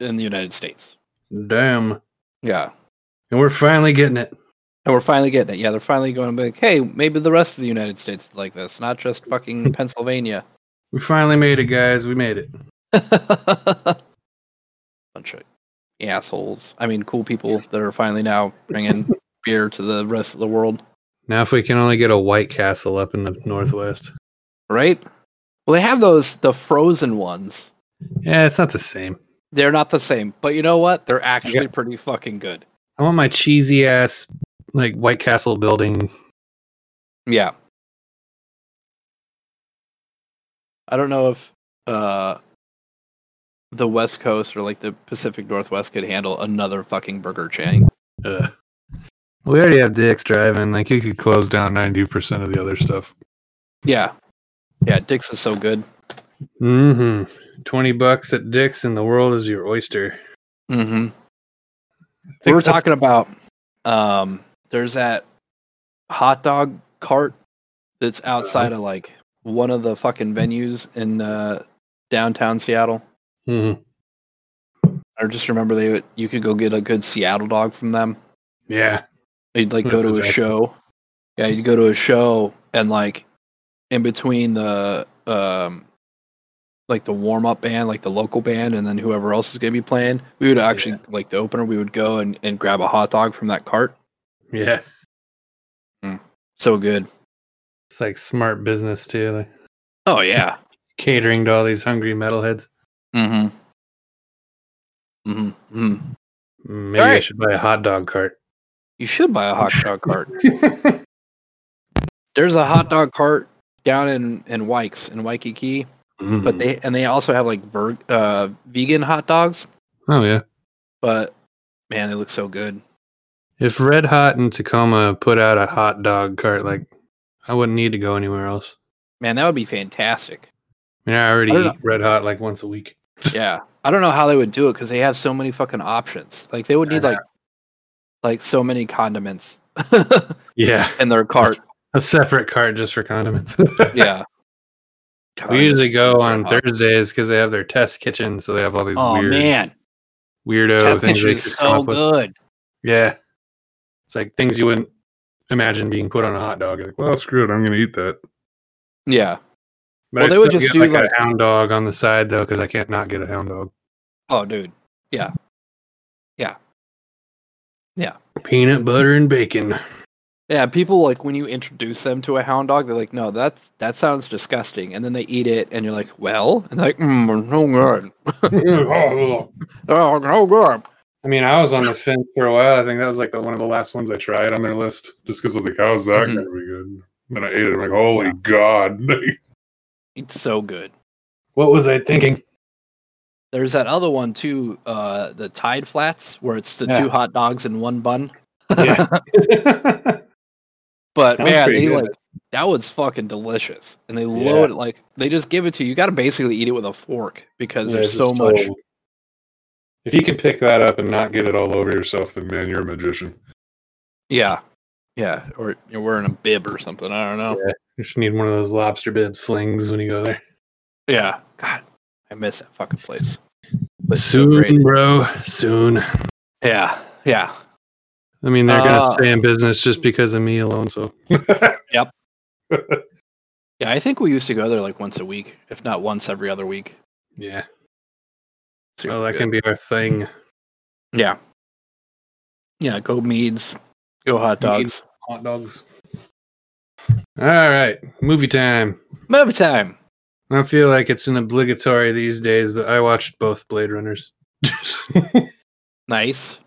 Speaker 1: in the United States.
Speaker 2: Damn.
Speaker 1: Yeah,
Speaker 2: And we're finally getting it.
Speaker 1: and we're finally getting it. Yeah, they're finally going to be like, hey, maybe the rest of the United States is like this, not just fucking Pennsylvania.
Speaker 2: We finally made it, guys. We made it.
Speaker 1: Bunch of assholes. I mean, cool people that are finally now bringing beer to the rest of the world,
Speaker 2: Now, if we can only get a White Castle up in the Northwest,
Speaker 1: right? Well, they have those the frozen ones.
Speaker 2: yeah, it's not the same.
Speaker 1: They're not the same, but you know what? They're actually pretty fucking good.
Speaker 2: I want my cheesy ass like White Castle building.
Speaker 1: Yeah. I don't know if uh the West Coast or like the Pacific Northwest could handle another fucking burger chain.
Speaker 2: Ugh. We already have Dick's driving. Like you could close down ninety percent of the other stuff.
Speaker 1: Yeah. Yeah, Dick's is so good.
Speaker 2: hmm Twenty bucks at Dick's, and the world is your oyster.
Speaker 1: Mm-hmm.
Speaker 2: I
Speaker 1: We
Speaker 2: think
Speaker 1: were
Speaker 2: that's-
Speaker 1: talking about um there's that hot dog cart that's outside of like one of the fucking venues in uh downtown Seattle.
Speaker 2: Mhm.
Speaker 1: I just remember they would, you could go get a good Seattle dog from them.
Speaker 2: Yeah,
Speaker 1: You'd like
Speaker 2: Which
Speaker 1: go to
Speaker 2: was
Speaker 1: a
Speaker 2: excellent.
Speaker 1: show. Yeah, you'd go to a show and like in between the um like the warm up band, like the local band and then whoever else is gonna be playing, we would actually like the opener, we would go and, and grab a hot dog from that cart.
Speaker 2: yeah.
Speaker 1: So good.
Speaker 2: It's like smart business too, like
Speaker 1: Oh yeah.
Speaker 2: catering to all these hungry metalheads.
Speaker 1: mm-hmm. Mm-hmm. mm-hmm.
Speaker 2: Mm, Maybe I
Speaker 1: right.
Speaker 2: should buy a hot dog cart. Mm.
Speaker 1: You should buy a hot dog cart. There's a hot dog cart down in, in Wykes in Waikiki, but
Speaker 2: Mhm.
Speaker 1: they and they also have like ver- uh, vegan hot dogs.
Speaker 2: oh yeah.
Speaker 1: but man, they look so good.
Speaker 2: If Red Hot and Tacoma put out a hot dog cart, like I wouldn't need to go anywhere else.
Speaker 1: Man, that would be fantastic.
Speaker 2: I mean, I already
Speaker 1: I don't
Speaker 2: eat Red Hot like once a week.
Speaker 1: Yeah, I don't know how they would do it because they have so many fucking options. Like they would need
Speaker 2: I
Speaker 1: like like so many condiments
Speaker 2: Yeah,
Speaker 1: in their cart.
Speaker 2: a separate cart just for condiments.
Speaker 1: Yeah, God, I
Speaker 2: we usually
Speaker 1: miss
Speaker 2: go
Speaker 1: Red
Speaker 2: on
Speaker 1: Hot.
Speaker 2: Thursdays because they have their test kitchen, so they have all these
Speaker 1: Oh
Speaker 2: weird
Speaker 1: man,
Speaker 2: weirdo
Speaker 1: that
Speaker 2: things
Speaker 1: picture
Speaker 2: they could
Speaker 1: is
Speaker 2: come
Speaker 1: so
Speaker 2: up with.
Speaker 1: good.
Speaker 2: Yeah, it's like things you wouldn't imagine being put on a hot dog. You're Like, well, screw it, I'm gonna eat that.
Speaker 1: Yeah.
Speaker 2: But
Speaker 1: Well,
Speaker 2: I
Speaker 1: they would
Speaker 2: still
Speaker 1: just
Speaker 2: get,
Speaker 1: do,
Speaker 2: like,
Speaker 1: like-
Speaker 2: a hound dog on the side though, because I can't not get a hound dog.
Speaker 1: Oh, dude.
Speaker 2: Peanut butter and bacon.
Speaker 1: Yeah, people like when you introduce them to a hound dog, they're like, "No, that's that sounds disgusting," and then they eat it, and you're like, "Well," and they're like, mm, "No good,
Speaker 2: I
Speaker 1: oh, no good."
Speaker 2: mean, I was on the fence for a while. I think that was like the, one of the last ones I tried on their list, just because I was like, "How's that
Speaker 1: Mhm.
Speaker 2: gonna be good?" Then I ate it. I'm like, "Holy god,
Speaker 1: It's so good.
Speaker 2: what was I thinking?"
Speaker 1: There's that other one too, uh, the Tide Flats, where it's the
Speaker 2: Yeah.
Speaker 1: two hot dogs in one bun.
Speaker 2: Yeah.
Speaker 1: But
Speaker 2: That was
Speaker 1: man,
Speaker 2: pretty
Speaker 1: they
Speaker 2: good.
Speaker 1: like that was fucking delicious, and they
Speaker 2: Yeah.
Speaker 1: load it like they just give it to you. You got to basically eat it with a fork because
Speaker 2: Yeah,
Speaker 1: there's
Speaker 2: it's
Speaker 1: so
Speaker 2: just
Speaker 1: much.
Speaker 2: If you can pick that up and not get it all over yourself, then man, you're a magician.
Speaker 1: Yeah. Yeah. Or you're wearing a bib or something. I don't know.
Speaker 2: You just need one of those lobster bib slings when you go there.
Speaker 1: Yeah. God, I miss that fucking place. But so
Speaker 2: Soon,
Speaker 1: great.
Speaker 2: bro. Soon.
Speaker 1: Yeah. Yeah.
Speaker 2: I mean, they're
Speaker 1: Uh,
Speaker 2: gonna stay in business just because of me alone. So,
Speaker 1: Yep. Yeah. I think we used to go there like once a week, if not once every other week.
Speaker 2: yeah.
Speaker 1: Super
Speaker 2: Well, Oh, that
Speaker 1: good.
Speaker 2: can be our thing.
Speaker 1: Yeah. Yeah. Go meads. Go hot dogs.
Speaker 2: Hot dogs. All right, movie time.
Speaker 1: Movie time.
Speaker 2: I don't feel like it's an obligatory these days, but I watched both Blade Runners. I
Speaker 1: Nice.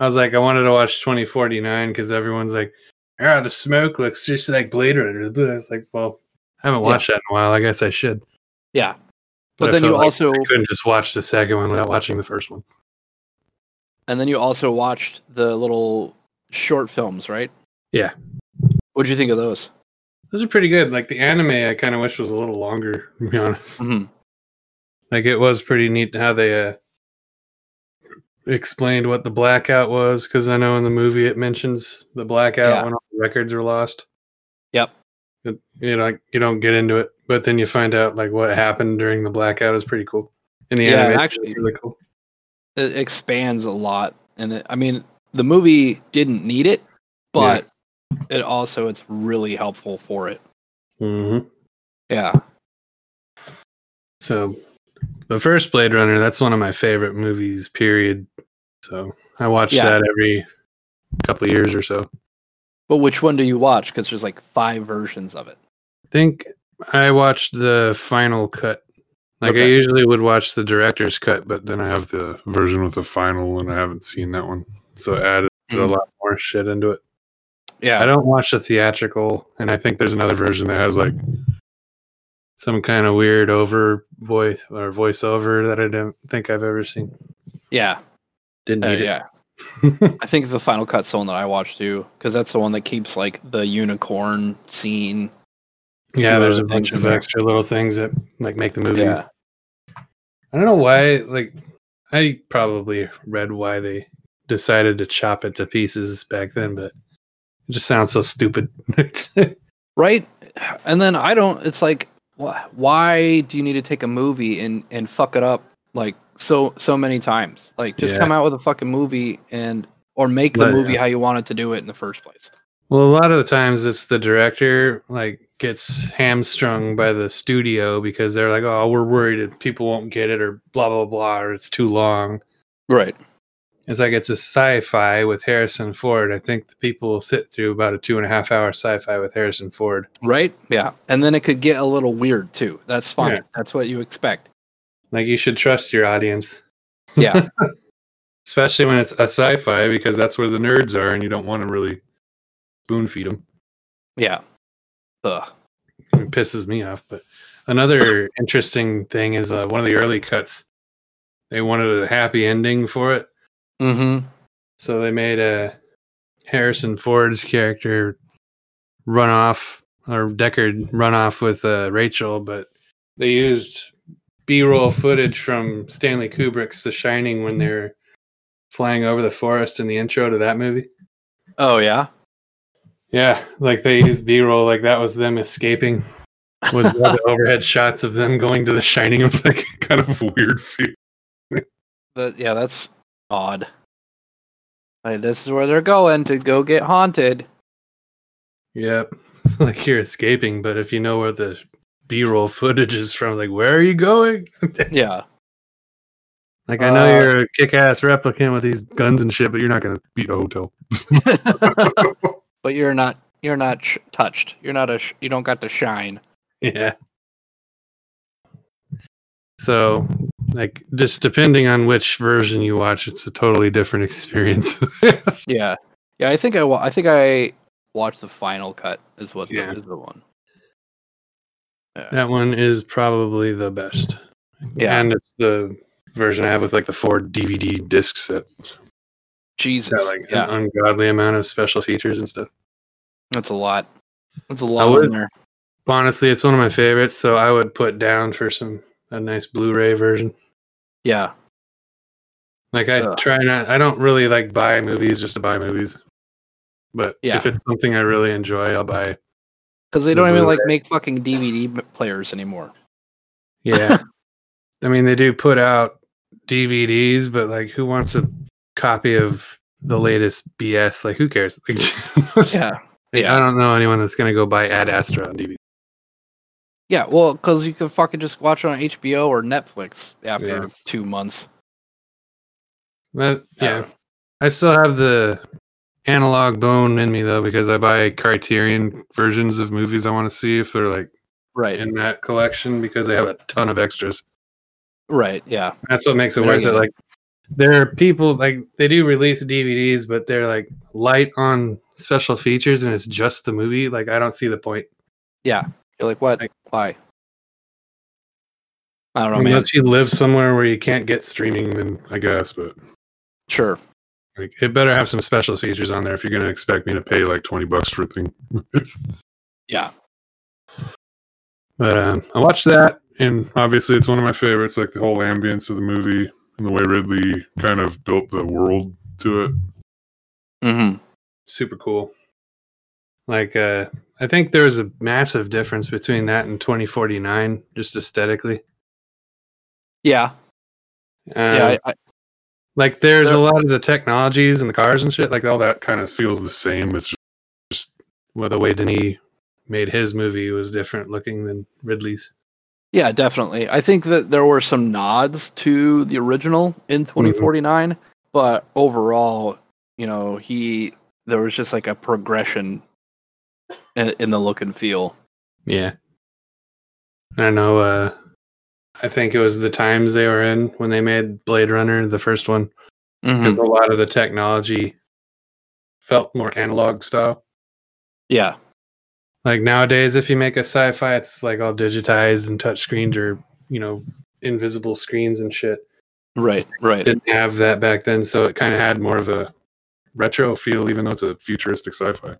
Speaker 2: was like, I wanted to watch 2049 because everyone's like, "Ah, the smoke looks just like Blade Runner." I was like, well, I haven't
Speaker 1: Yeah.
Speaker 2: watched that in a while. I guess I should.
Speaker 1: Yeah.
Speaker 2: I
Speaker 1: But, then
Speaker 2: felt
Speaker 1: you
Speaker 2: like
Speaker 1: also
Speaker 2: I couldn't just watch the second one without watching the first one.
Speaker 1: and then you also watched the little short films, right?
Speaker 2: Yeah.
Speaker 1: What'd you think of those?
Speaker 2: Those are pretty good. Like the anime, I kind of wish was a little longer. To be honest,
Speaker 1: Mhm.
Speaker 2: like it was pretty neat how they uh, explained what the blackout was. Because I know in the movie it mentions the blackout
Speaker 1: Yeah.
Speaker 2: when all the records were lost.
Speaker 1: Yep.
Speaker 2: It- you know, like, you don't get into it, but then you find out like what happened during the blackout is pretty cool. And the
Speaker 1: Yeah,
Speaker 2: anime,
Speaker 1: actually-
Speaker 2: is really cool.
Speaker 1: It expands a lot, and it, I mean, the movie didn't need it, but it also it's really helpful for it.
Speaker 2: Mm-hmm.
Speaker 1: Yeah.
Speaker 2: So, the first Blade Runner, that's one of my favorite movies, period. So, I watch
Speaker 1: Yeah.
Speaker 2: that every couple of years or so. I
Speaker 1: But which one do you watch? Because there's like five versions of it.
Speaker 2: think I watched the final cut. Like, I
Speaker 1: Okay.
Speaker 2: usually would watch the director's cut, but then I have the version with the final, and I haven't seen that one. So, I added a
Speaker 1: Mm.
Speaker 2: lot more shit into it. I
Speaker 1: Yeah.
Speaker 2: don't watch the theatrical, and I think there's another version that has like some kind of weird over voice or voiceover that I don't think I've ever seen.
Speaker 1: Yeah.
Speaker 2: Didn't
Speaker 1: Uh,
Speaker 2: need it.
Speaker 1: yeah. I think the Final Cut's the one that I watch too, because that's the one that keeps like the unicorn scene.
Speaker 2: Yeah,
Speaker 1: few
Speaker 2: there's a
Speaker 1: other
Speaker 2: bunch
Speaker 1: things in
Speaker 2: of
Speaker 1: there.
Speaker 2: extra little things that like make the movie.
Speaker 1: Yeah.
Speaker 2: I don't know why. Like, I probably read why they decided to chop it to pieces back then, but it just sounds so stupid.
Speaker 1: right and then i don't it's like wh- why do you need to take a movie and and fuck it up like so so many times like just
Speaker 2: Yeah.
Speaker 1: come out with a fucking movie and or make the
Speaker 2: Let-
Speaker 1: movie how you wanted to do it in the first place
Speaker 2: well, a lot of the times it's the director like gets hamstrung by the studio because they're like, "Oh, we're worried that people won't get it," or blah blah blah, or it's too long.
Speaker 1: right
Speaker 2: It's like it's a sci-fi with Harrison Ford. I think the people will sit through about a two and a half hour sci-fi with Harrison Ford.
Speaker 1: right yeah and then it could get a little weird too that's fine
Speaker 2: Yeah.
Speaker 1: that's what you expect
Speaker 2: Like you should trust your audience.
Speaker 1: yeah
Speaker 2: especially when it's a sci-fi because that's where the nerds are and you don't want to really spoon feed them
Speaker 1: yeah Ugh.
Speaker 2: it pisses me off but another interesting thing is uh, one of the early cuts they wanted a happy ending for it
Speaker 1: mm-hmm
Speaker 2: so they made a harrison ford's character run off or deckard run off with uh, rachel but they used b-roll footage from stanley kubrick's the shining when they're flying over the forest in the intro to that movie
Speaker 1: oh yeah
Speaker 2: Yeah, like they used B roll, like that was them escaping. Was the overhead shots of them going to the shining? It was like kind of a weird feel.
Speaker 1: but yeah that's odd like this is where they're going to go get haunted
Speaker 2: Yep, it's like you're escaping, but if you know where the B roll footage is from, like where are you going?
Speaker 1: yeah
Speaker 2: like I know
Speaker 1: Uh,
Speaker 2: you're a kick ass replicant with these guns and shit, but you're not gonna beat a hotel.
Speaker 1: but you're not you're not sh- touched you're not a sh- you don't got to shine
Speaker 2: Yeah. So, like, just depending on which version you watch, it's a totally different experience.
Speaker 1: yeah yeah i think i wa- i think i watched the final cut is what
Speaker 2: Yeah.
Speaker 1: the, is the one
Speaker 2: That one is probably the best.
Speaker 1: Yeah.
Speaker 2: And it's the version I have with like the four DVD discs that
Speaker 1: jesus
Speaker 2: got like uh,
Speaker 1: yeah
Speaker 2: an ungodly amount of special features and stuff.
Speaker 1: that's a lot that's a lot in
Speaker 2: would-
Speaker 1: there
Speaker 2: Honestly, it's one of my favorites, so I would put down for some a nice Blu-ray version.
Speaker 1: yeah
Speaker 2: Like I
Speaker 1: Ugh.
Speaker 2: try not. I don't really like buy movies just to buy movies. But
Speaker 1: Yeah.
Speaker 2: if it's something I really enjoy, I'll buy.
Speaker 1: because they
Speaker 2: The
Speaker 1: don't even like
Speaker 2: Blu-ray.
Speaker 1: make fucking DVD m- players anymore.
Speaker 2: Yeah. I mean, they do put out DVDs, but like, who wants a copy of the latest BS? Like, who cares? Like,
Speaker 1: Yeah,
Speaker 2: I don't know anyone that's gonna go buy Ad Astra on DVD.
Speaker 1: yeah. Well, because you can fucking just watch it on HBO or Netflix after
Speaker 2: Yeah.
Speaker 1: two months.
Speaker 2: But
Speaker 1: Oh.
Speaker 2: yeah, I still have the analog bone in me though because I buy Criterion versions of movies I want to see if they're like
Speaker 1: Right.
Speaker 2: in that collection because they have a ton of extras.
Speaker 1: Right. Yeah.
Speaker 2: That's what makes it
Speaker 1: Yeah,
Speaker 2: worth
Speaker 1: yeah.
Speaker 2: it. Like there are people like they do release DVDs, but they're like light on special features, and it's just the movie. Like I don't see the point
Speaker 1: Yeah. You're like, what?
Speaker 2: Like-
Speaker 1: Why? I don't know, Oh, man.
Speaker 2: unless you live somewhere where you can't get streaming. Then I guess, but
Speaker 1: Sure.
Speaker 2: like it better have some special features on there if you're going to expect me to pay like twenty bucks for a thing.
Speaker 1: Yeah.
Speaker 2: But um, I watched that, and obviously it's one of my favorites. Like the whole ambience of the movie and the way Ridley kind of built the world to it.
Speaker 1: Mm-hmm.
Speaker 2: super cool. Like uh I think there's a massive difference between that and 2049 just aesthetically.
Speaker 1: Yeah.
Speaker 2: Uh,
Speaker 1: yeah. I, I,
Speaker 2: like there's
Speaker 1: There-
Speaker 2: a lot of the technologies and the cars and shit, like all that kind of feels the same. It's just well, the way Denis made his movie was different looking than Ridley's.
Speaker 1: yeah. Definitely. I think that there were some nods to the original in 2049, but overall, you know, he there was just like a progression in, in the look and feel.
Speaker 2: Yeah. I know uh I think it was the times they were in when they made Blade Runner, the first one, because a lot of the technology felt more analog style.
Speaker 1: Yeah.
Speaker 2: Like nowadays, if you make a sci-fi, it's like all digitized and touch screened or you know invisible screens and shit.
Speaker 1: Right. Right.
Speaker 2: Didn't have that back then, so it kind of had more of a retro feel, even though it's a futuristic sci-fi.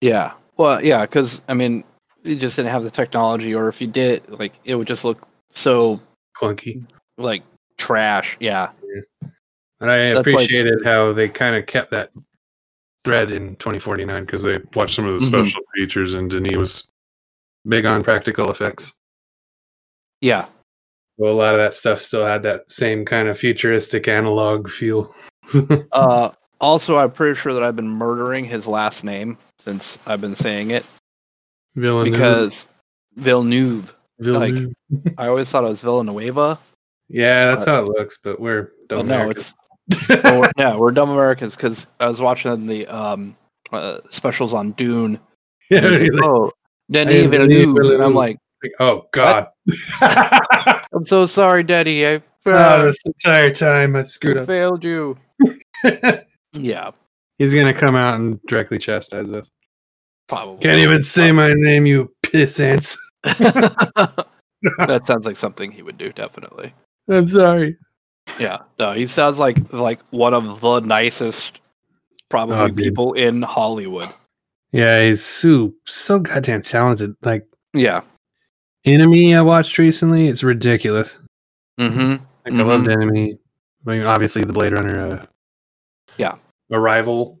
Speaker 1: Yeah. Well, yeah, because I mean, you just didn't have the technology, or if you did, like, it would just look so
Speaker 2: Clunky,
Speaker 1: like trash. Yeah.
Speaker 2: and I
Speaker 1: That's like-
Speaker 2: appreciated how they kind of kept that thread in 2049 because they watched some of
Speaker 1: the Mhm. special
Speaker 2: features, and Denis was big on practical effects.
Speaker 1: Yeah.
Speaker 2: Well, a lot of that stuff still had that same kind of futuristic analog feel.
Speaker 1: Uh, also, I'm pretty sure that I've been murdering his last name since I've been saying it
Speaker 2: Villeneuve,
Speaker 1: because Villeneuve.
Speaker 2: Villeneuve.
Speaker 1: I always thought it was Villanueva,
Speaker 2: Yeah, that's how it looks, but we're
Speaker 1: but
Speaker 2: dumb
Speaker 1: uh, no,
Speaker 2: Americans.
Speaker 1: it's no, we're, no, we're dumb Americans because I was watching the um uh, specials on Dune.
Speaker 2: Yeah,
Speaker 1: and he's
Speaker 2: he's
Speaker 1: like,
Speaker 2: like,
Speaker 1: oh, Denis
Speaker 2: am Denis
Speaker 1: Villeneuve, and I'm
Speaker 2: Villeneuve.
Speaker 1: like,
Speaker 2: oh God!
Speaker 1: I'm so sorry, Daddy. I
Speaker 2: oh, this entire time I screwed up.
Speaker 1: failed you. Yeah,
Speaker 2: he's gonna come out and directly chastise us.
Speaker 1: probably.
Speaker 2: Can't even say my name, you pissants.
Speaker 1: that sounds like something he would do, definitely.
Speaker 2: I'm sorry.
Speaker 1: Yeah, no, he sounds like like one of the nicest, probably
Speaker 2: Oh, dude.
Speaker 1: people in Hollywood.
Speaker 2: Yeah, he's so so goddamn talented. Like
Speaker 1: Yeah.
Speaker 2: Enemy, I watched recently. It's ridiculous.
Speaker 1: Mm-hmm.
Speaker 2: Like, I loved Enemy. I mean, obviously the Blade Runner. Uh,
Speaker 1: Yeah.
Speaker 2: Arrival.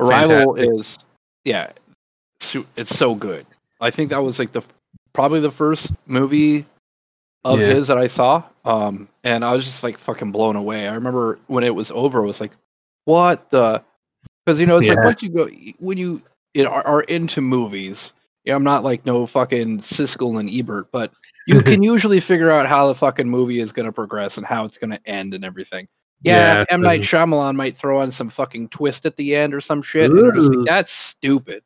Speaker 1: Arrival
Speaker 2: Fantastic.
Speaker 1: is yeah, su- it's so good. I think that was like the probably the first movie of
Speaker 2: Yeah.
Speaker 1: his that I saw. Um, and I was just like fucking blown away. I remember when it was over, I was like, what the? Because you know, it's like
Speaker 2: Yeah.
Speaker 1: once you go when you it, are, are into movies. Yeah, I'm not like no fucking Siskel and Ebert, but you can usually figure out how the fucking movie is going to progress and how it's going to end and everything. Yeah,
Speaker 2: Yeah,
Speaker 1: M Night Shyamalan might throw on some fucking twist at the end or some shit. And you're just like,
Speaker 2: Ooh.
Speaker 1: That's stupid.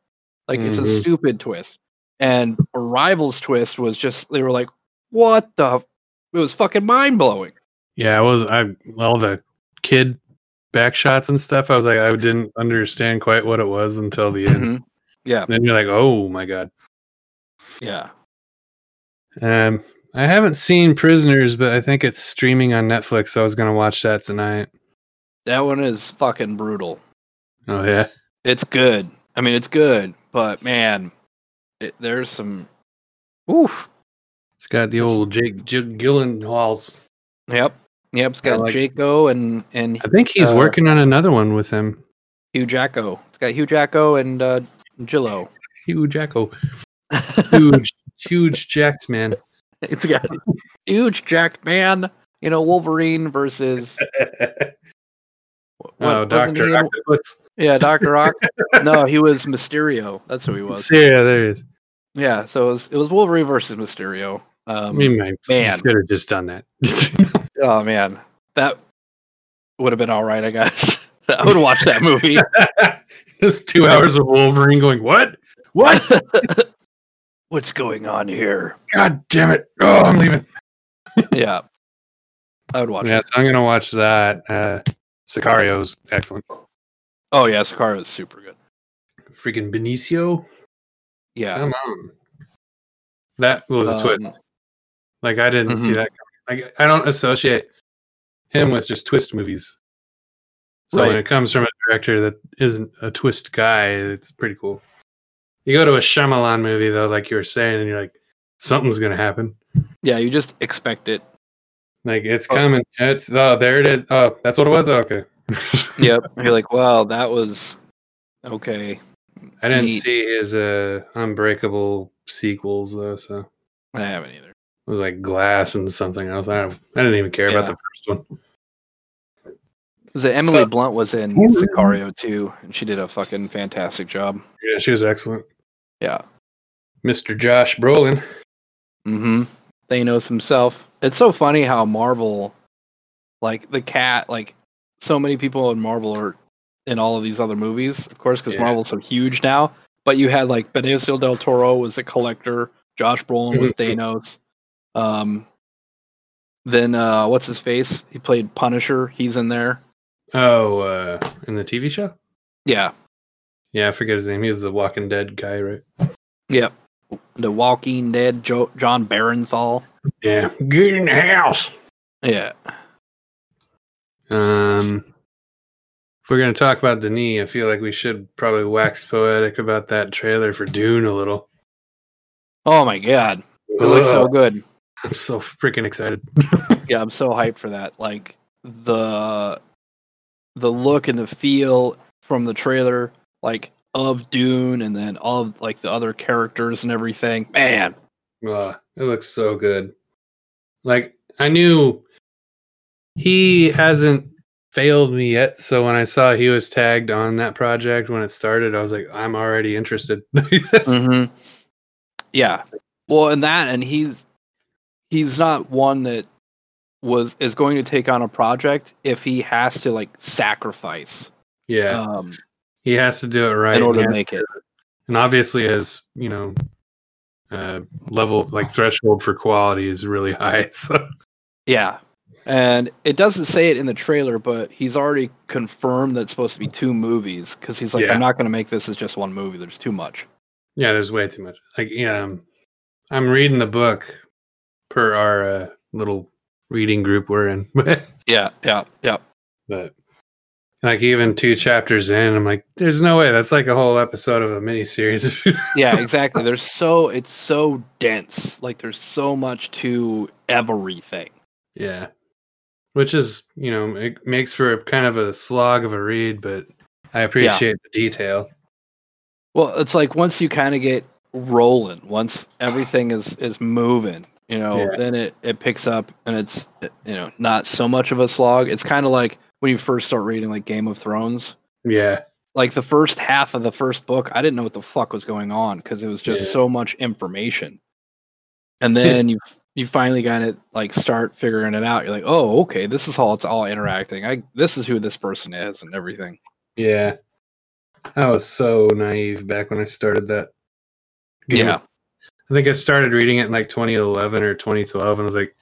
Speaker 1: Like it's a
Speaker 2: Mhm.
Speaker 1: stupid twist. And Arrival's twist was just they were like, what the? f-" It was fucking mind blowing.
Speaker 2: Yeah, I was I all the kid back shots and stuff. I was like, I didn't understand quite what it was until the end.
Speaker 1: Mm-hmm. Yeah,
Speaker 2: Then you're like, oh my god.
Speaker 1: yeah.
Speaker 2: Um, I haven't seen Prisoners, but I think it's streaming on Netflix. So I was gonna watch that tonight.
Speaker 1: That one is fucking brutal.
Speaker 2: Oh yeah,
Speaker 1: It's good. I mean, it's good, but man, it, there's some. Oof.
Speaker 2: it's got the old Jake Gyllenhaal's.
Speaker 1: Yep. Yep, it's got
Speaker 2: like-
Speaker 1: Jaco and and
Speaker 2: I think he's
Speaker 1: Uh,
Speaker 2: working on another one with him.
Speaker 1: Hugh Jacko. It's got Hugh Jacko and uh, Jillo.
Speaker 2: Hugh Jacko. Huge, huge jacked man.
Speaker 1: it's got huge jacked man. You know Wolverine versus what,
Speaker 2: oh,
Speaker 1: wasn't he
Speaker 2: Doctor
Speaker 1: in-
Speaker 2: Octopus.
Speaker 1: Yeah, Doctor Rock. no, he was Mysterio. That's who he was.
Speaker 2: Yeah, there he is.
Speaker 1: Yeah, so it was, it was Wolverine versus Mysterio.
Speaker 2: I
Speaker 1: Um,
Speaker 2: mean, my
Speaker 1: man.
Speaker 2: could have just done that.
Speaker 1: oh man, that would have been all right, I guess. I would watch that movie.
Speaker 2: It's two hours of Wolverine going, "What? What?
Speaker 1: What's going on here?
Speaker 2: God damn it! Oh, I'm leaving."
Speaker 1: Yeah, I would watch
Speaker 2: Yeah,
Speaker 1: it.
Speaker 2: so I'm gonna watch that. Uh, Sicario's excellent.
Speaker 1: Oh yeah, Sakara is super good.
Speaker 2: Freaking Benicio.
Speaker 1: Yeah,
Speaker 2: Come on. That was a
Speaker 1: um,
Speaker 2: twist. Like I didn't see
Speaker 1: Mhm.
Speaker 2: that coming. Like I don't associate him with just twist movies. So when
Speaker 1: Right.
Speaker 2: it comes from a director that isn't a twist guy, it's pretty cool. You go to a Shyamalan movie though, like you were saying, and you're like, something's gonna happen.
Speaker 1: yeah, you just expect it.
Speaker 2: Like it's coming. It's oh, there it is. Oh, that's what it was. okay.
Speaker 1: Yep, and you're like, wow, that was okay.
Speaker 2: I didn't
Speaker 1: Neat.
Speaker 2: see his uh, Unbreakable sequels though, so it
Speaker 1: I haven't either.
Speaker 2: was like Glass and something else. I don't, I didn't even care about
Speaker 1: Yeah.
Speaker 2: the first one.
Speaker 1: Was it Emily
Speaker 2: So-
Speaker 1: Blunt was in
Speaker 2: Ooh.
Speaker 1: Sicario too, and she did a fucking fantastic job.
Speaker 2: Yeah, she was excellent.
Speaker 1: Yeah.
Speaker 2: Mr. Josh Brolin.
Speaker 1: Mm-hmm. Thanos himself. It's so funny how Marvel, like the cat, like so many people in Marvel are in all of these other movies, of course, because
Speaker 2: Yeah.
Speaker 1: Marvel's so huge now. But you had like Benicio del Toro was the collector, Josh Brolin was
Speaker 2: Mhm.
Speaker 1: Thanos. Um, then uh, what's his face? He played Punisher. He's in there.
Speaker 2: Oh, uh, in the TV show?
Speaker 1: Yeah.
Speaker 2: Yeah, I forget his name. He was the Walking Dead guy, right?
Speaker 1: Yep. The Walking Dead, jo- John Barenthal.
Speaker 2: Yeah. Get in the house.
Speaker 1: Yeah.
Speaker 2: Um, if we're going to talk about Denis, I feel like we should probably wax poetic about that trailer for Dune a little.
Speaker 1: Oh my God. It looks so
Speaker 2: Ugh,
Speaker 1: good.
Speaker 2: I'm so freaking excited.
Speaker 1: yeah i'm so hyped for that like the the look and the feel from the trailer like of dune and then all of, like the other characters and everything man
Speaker 2: Ugh, it looks so good. Like, I knew he hasn't failed me yet. So when I saw he was tagged on that project when it started, I was like, I'm already interested.
Speaker 1: mm-hmm. yeah well and that and he's he's not one that was is going to take on a project if he has to like sacrifice
Speaker 2: Yeah.
Speaker 1: um
Speaker 2: He has to do it right
Speaker 1: in
Speaker 2: and
Speaker 1: order
Speaker 2: he
Speaker 1: to
Speaker 2: has-
Speaker 1: make it
Speaker 2: And obviously, his you know uh, level like threshold for quality is really high. So
Speaker 1: Yeah. And it doesn't say it in the trailer, but he's already confirmed that it's supposed to be two movies because he's like,
Speaker 2: Yeah.
Speaker 1: I'm not going to make this as just one movie. There's too much.
Speaker 2: yeah, there's way too much. Like yeah, um, I'm reading the book per our uh, little reading group we're in, but
Speaker 1: Yeah. Yeah. Yeah.
Speaker 2: like even two chapters in, I'm like, there's no way that's like a whole episode of a miniseries.
Speaker 1: Yeah. Exactly. There's so, it's so dense. Like, there's so much to everything.
Speaker 2: Yeah. Which is, you know, it makes for a kind of a slog of a read, but I appreciate the detail.
Speaker 1: Well, it's like once you kind of get rolling, once everything is is moving, you know,
Speaker 2: Yeah.
Speaker 1: then it it picks up and it's uh, you know not so much of a slog. It's kind of like when you first start reading like Game of Thrones.
Speaker 2: Yeah.
Speaker 1: like the first half of the first book, I didn't know what the fuck was going on because it was just
Speaker 2: Yeah.
Speaker 1: so much information. And then you you finally got to like start figuring it out. You're like, oh, okay, this is how it's all interacting. I this is who this person is and everything.
Speaker 2: Yeah. I was so naive back when I started that. game.
Speaker 1: Yeah.
Speaker 2: I think I started reading it in like 2011 or 2012 and I was like,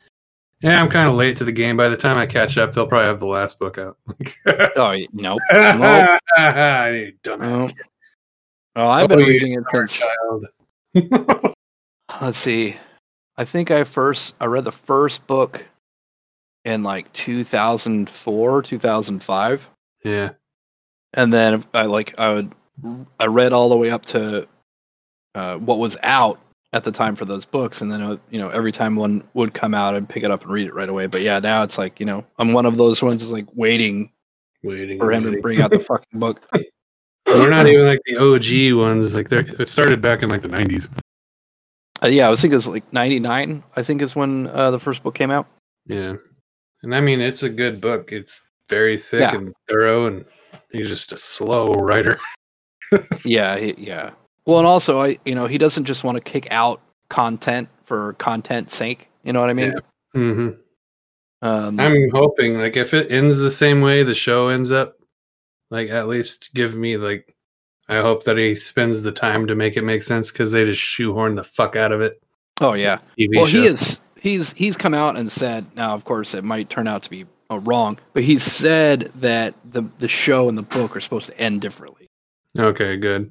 Speaker 2: yeah, I'm kind of late to the game. By the time I catch up, they'll probably have the last book out.
Speaker 1: Oh y- nope. Oh,
Speaker 2: I dumbass
Speaker 1: Oh, I've
Speaker 2: Oh,
Speaker 1: been
Speaker 2: you
Speaker 1: reading it
Speaker 2: summer
Speaker 1: since.
Speaker 2: child.
Speaker 1: Let's see. I think I first I read the first book in like 2004, 2005.
Speaker 2: yeah.
Speaker 1: and then I like I would I read all the way up to uh, what was out, at the time for those books and then uh, you know every time one would come out i'd pick it up and read it right away but yeah now it's like you know i'm one of those ones that's like waiting
Speaker 2: Waiting.
Speaker 1: for him to
Speaker 2: waiting.
Speaker 1: bring out the fucking book
Speaker 2: We're not even like the OG ones. Like they're, it started back in like the nineties.
Speaker 1: Uh, yeah i was thinking it's like 99 i think is when uh, the first book came out
Speaker 2: Yeah, and I mean it's a good book. It's very thick
Speaker 1: Yeah.
Speaker 2: and thorough, and he's just a slow writer.
Speaker 1: yeah he, yeah well and also i you know he doesn't just want to kick out content for content sake you know what i mean
Speaker 2: hmm
Speaker 1: um
Speaker 2: I'm hoping like if it ends the same way the show ends up, like at least give me like I hope that he spends the time to make it make sense because they just shoehorn the fuck out of it.
Speaker 1: oh yeah
Speaker 2: TV
Speaker 1: well
Speaker 2: show.
Speaker 1: he is he's he's come out and said now of course it might turn out to be uh, wrong but he said that the the show and the book are supposed to end differently
Speaker 2: Okay, good.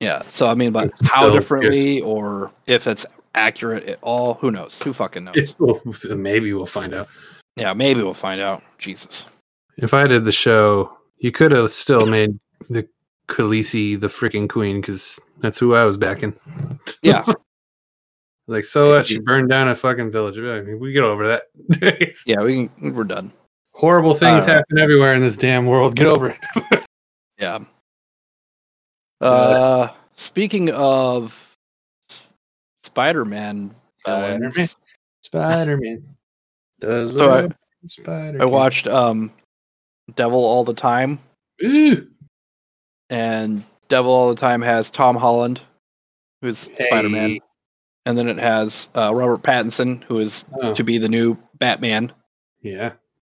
Speaker 1: yeah so i mean but
Speaker 2: It's
Speaker 1: how
Speaker 2: still-
Speaker 1: differently or if it's accurate at all who knows who fucking knows
Speaker 2: So Maybe we'll find out.
Speaker 1: yeah maybe we'll find out jesus
Speaker 2: If I did the show, you could have still made the Khaleesi the freaking queen because that's who I was backing.
Speaker 1: yeah
Speaker 2: Like, so what? She burned down a fucking village. I mean, we get over that.
Speaker 1: yeah we can we're done
Speaker 2: Horrible things
Speaker 1: Uh,
Speaker 2: happen everywhere in this damn world. Get over it.
Speaker 1: Yeah. Uh, speaking of S- Spider-Man, villains,
Speaker 2: Spider Man does
Speaker 1: So I-
Speaker 2: Spider.
Speaker 1: I watched um, Devil All the Time, and Devil All the Time has Tom Holland, who's Spider-Man, and then it has uh, Robert Pattinson, who is to be the new Batman,
Speaker 2: yeah.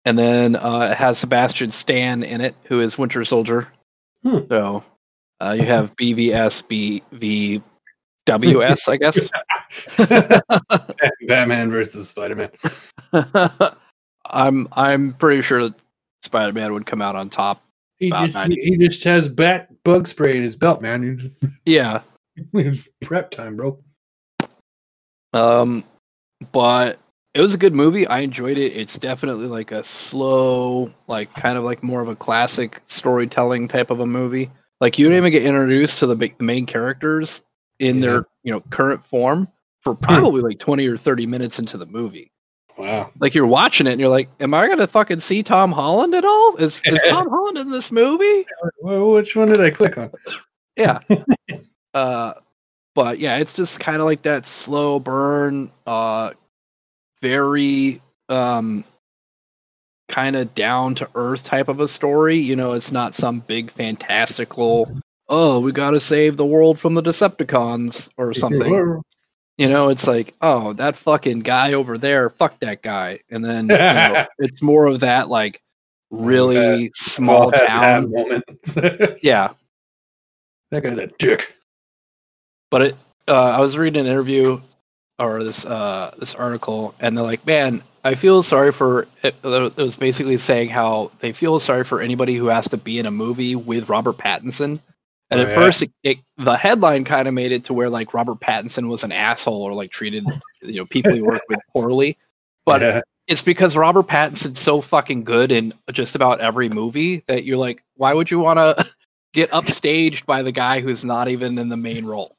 Speaker 1: and then uh, it has Sebastian Stan in it, who is Winter Soldier.
Speaker 2: Hmm.
Speaker 1: So uh, you have BVS, BVWS, I guess.
Speaker 2: Batman versus Spider Man.
Speaker 1: I'm I'm pretty sure that Spider-Man would come out on top.
Speaker 2: He
Speaker 1: About
Speaker 2: just,
Speaker 1: 90.
Speaker 2: he, he just has bat bug spray in his belt, man. He just-
Speaker 1: Yeah.
Speaker 2: It's prep time, bro.
Speaker 1: Um but it was a good movie. I enjoyed it. It's definitely like a slow, like kind of like more of a classic storytelling type of a movie. Like you don't even get introduced to the big, main characters in
Speaker 2: Yeah.
Speaker 1: their, you know, current form for probably like 20 or 30 minutes into the movie.
Speaker 2: Wow.
Speaker 1: Like you're watching it and you're like, am I going to fucking see Tom Holland at all? Is is Tom Holland in this movie?
Speaker 2: Well, which one did I click on?
Speaker 1: uh but yeah it's just kind of like that slow burn uh very um kind of down to earth type of a story you know it's not some big fantastical oh we got to save the world from the decepticons or something you know it's like oh that fucking guy over there fuck that guy and then you know, it's more of that like really small
Speaker 2: Had that
Speaker 1: town
Speaker 2: moment. that
Speaker 1: yeah
Speaker 2: guy's a dick.
Speaker 1: but it, uh, I was reading an interview or this uh, this article, and they're like, "Man, I feel sorry for." It, it was basically saying how they feel sorry for anybody who has to be in a movie with Robert Pattinson. And
Speaker 2: Oh,
Speaker 1: at
Speaker 2: yeah.
Speaker 1: first, it, it, the headline kind of made it to where like Robert Pattinson was an asshole or like treated you know people he worked with poorly. But
Speaker 2: Yeah.
Speaker 1: it's because Robert Pattinson's so fucking good in just about every movie that you're like, why would you want to get upstaged by the guy who's not even in the main role?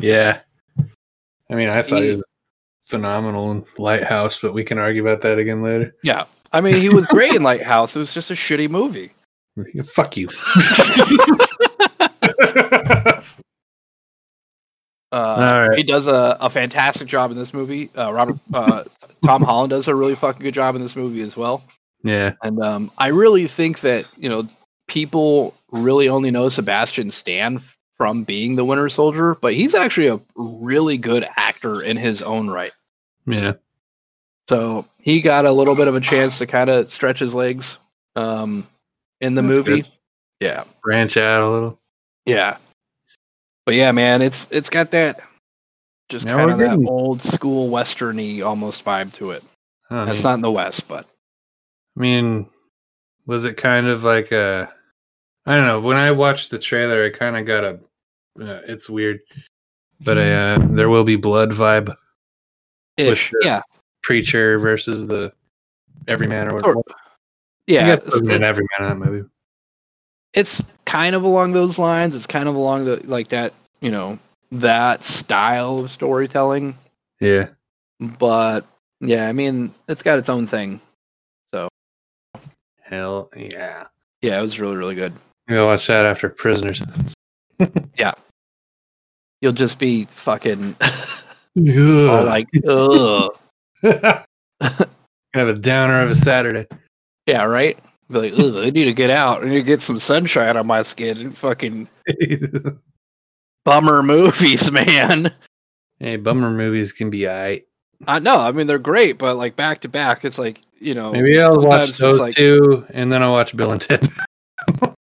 Speaker 2: Yeah. I mean, I thought
Speaker 1: He-
Speaker 2: he was phenomenal in Lighthouse, but we can argue about that again later.
Speaker 1: I mean, he was great in Lighthouse. It was just a shitty movie.
Speaker 2: Yeah, Fuck you.
Speaker 1: Uh,
Speaker 2: All right.
Speaker 1: He does a, a fantastic job in this movie. Uh, Robert uh, Tom Holland does a really fucking good job in this movie as well.
Speaker 2: Yeah.
Speaker 1: And um, I really think that you know people really only know Sebastian Stan from being the Winter Soldier, but he's actually a really good actor in his own right.
Speaker 2: Yeah.
Speaker 1: So he got a little bit of a chance to kind of stretch his legs um, in the
Speaker 2: That's
Speaker 1: movie.
Speaker 2: good.
Speaker 1: Yeah.
Speaker 2: Branch out a little.
Speaker 1: Yeah. But yeah, man, it's it's got that just
Speaker 2: Now
Speaker 1: kind
Speaker 2: we're
Speaker 1: of that
Speaker 2: getting-
Speaker 1: old school westerny almost vibe to it.
Speaker 2: I don't
Speaker 1: That's
Speaker 2: know.
Speaker 1: not in the West, but
Speaker 2: I mean, was it kind of like a? I don't know. When I watched the trailer, I kind of got a. Uh, it's weird, but I, uh, there will be blood vibe.
Speaker 1: ish.
Speaker 2: sure.
Speaker 1: Yeah.
Speaker 2: Preacher versus the Everyman or
Speaker 1: Sort
Speaker 2: whatever. I
Speaker 1: Yeah.
Speaker 2: guess it wasn't an
Speaker 1: It's,
Speaker 2: Everyman in that movie.
Speaker 1: it's kind of along those lines. It's kind of along the like that, you know, that style of storytelling.
Speaker 2: Yeah.
Speaker 1: But yeah, I mean, it's got its own thing. So
Speaker 2: Hell yeah.
Speaker 1: yeah, it was really, really good.
Speaker 2: Maybe I'll watch that after Prisoners.
Speaker 1: You'll just be fucking all
Speaker 2: Ugh.
Speaker 1: like, ugh.
Speaker 2: kind of a downer of a Saturday.
Speaker 1: Yeah, right? Be like, ugh, I need to get out. I need to get some sunshine on my skin and fucking bummer movies, man.
Speaker 2: hey, bummer movies can be alright.
Speaker 1: I know. I mean, they're great, but like back to back, it's like, you know,
Speaker 2: Maybe I'll
Speaker 1: Oh, sometimes
Speaker 2: watch
Speaker 1: it's
Speaker 2: those
Speaker 1: like-
Speaker 2: two, and then I'll watch Bill and Ted.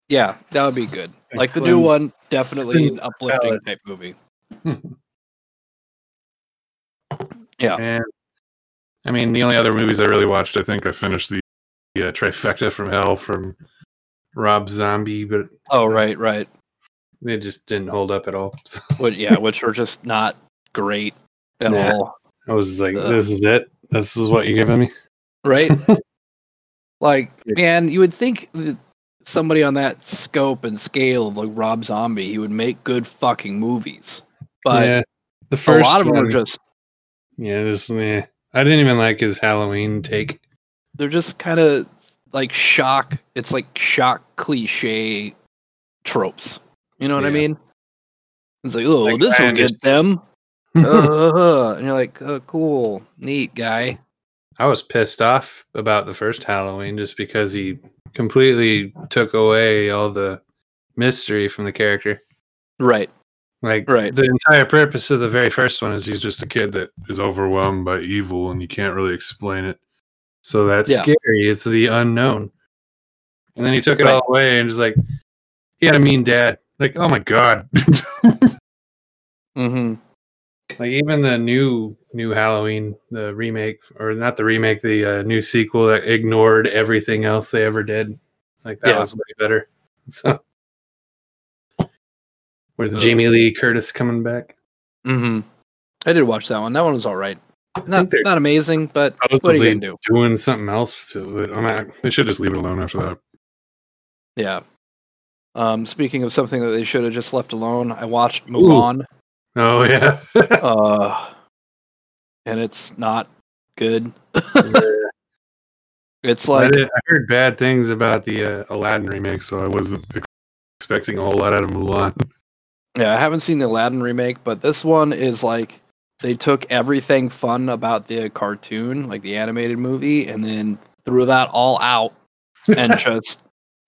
Speaker 1: yeah, that would be good. Like the new
Speaker 2: Excellent.
Speaker 1: one, definitely an
Speaker 2: Excellent
Speaker 1: uplifting
Speaker 2: palette.
Speaker 1: type movie. Oh.
Speaker 2: And
Speaker 7: I mean, the only other movies I really watched, I think I finished the yeah, Trifecta from Hell from
Speaker 2: Rob Zombie, but
Speaker 1: Oh, right, right.
Speaker 2: they just didn't hold up at all. So
Speaker 1: What, yeah, which are just not great at
Speaker 2: Nah.
Speaker 1: all.
Speaker 2: I was like,
Speaker 1: Ugh.
Speaker 2: "This is it. This is what you're giving me."
Speaker 1: Right? Like, man, you would think that somebody on that scope and scale of like Rob Zombie, he would make good fucking movies. But
Speaker 2: yeah, the first
Speaker 1: a lot of them
Speaker 2: one,
Speaker 1: are just
Speaker 2: yeah, just yeah. I didn't even like his Halloween take.
Speaker 1: they're just kind of like shock. It's like shock cliche tropes. You know what I
Speaker 2: Yeah.
Speaker 1: mean? It's like, oh,
Speaker 2: Like,
Speaker 1: this
Speaker 2: I
Speaker 1: will get them. uh, and you're like, oh, cool, neat guy.
Speaker 2: I was pissed off about the first Halloween just because he completely took away all the mystery from the character.
Speaker 1: Right,
Speaker 2: Like
Speaker 1: Right.
Speaker 2: the entire purpose of the very first one is he's just a kid that
Speaker 7: is overwhelmed by evil and you can't really explain it.
Speaker 2: so that's
Speaker 1: Yeah.
Speaker 2: scary. It's the unknown. And then he took it
Speaker 1: Right.
Speaker 2: all away and just like he had a mean dad. Like, oh my god.
Speaker 1: mm-hmm.
Speaker 2: like even the new new Halloween, the remake or not the remake, the uh, new sequel that ignored everything else they ever did. Like that
Speaker 1: Yeah.
Speaker 2: was way better. So with Jamie Lee Curtis coming back.
Speaker 1: mm-hmm. I did watch that one. That one was all right. Not
Speaker 2: they're- Oh.
Speaker 1: not amazing, but what are you gonna
Speaker 2: Supposedly
Speaker 1: do?
Speaker 2: Doing something else to it. I'm not,
Speaker 7: They should just leave it alone after that.
Speaker 1: Yeah. Um, speaking of something that they should have just left alone, I watched Mulan.
Speaker 2: oh yeah.
Speaker 1: uh, and it's not good. it's
Speaker 2: I,
Speaker 1: like
Speaker 2: did- uh, I heard bad things about the
Speaker 7: The uh, Aladdin remake, so I wasn't ex- expecting a whole lot out of Mulan.
Speaker 1: yeah, I haven't seen the Aladdin remake, but this one is like they took everything fun about the cartoon, like the animated movie, and then threw that all out and just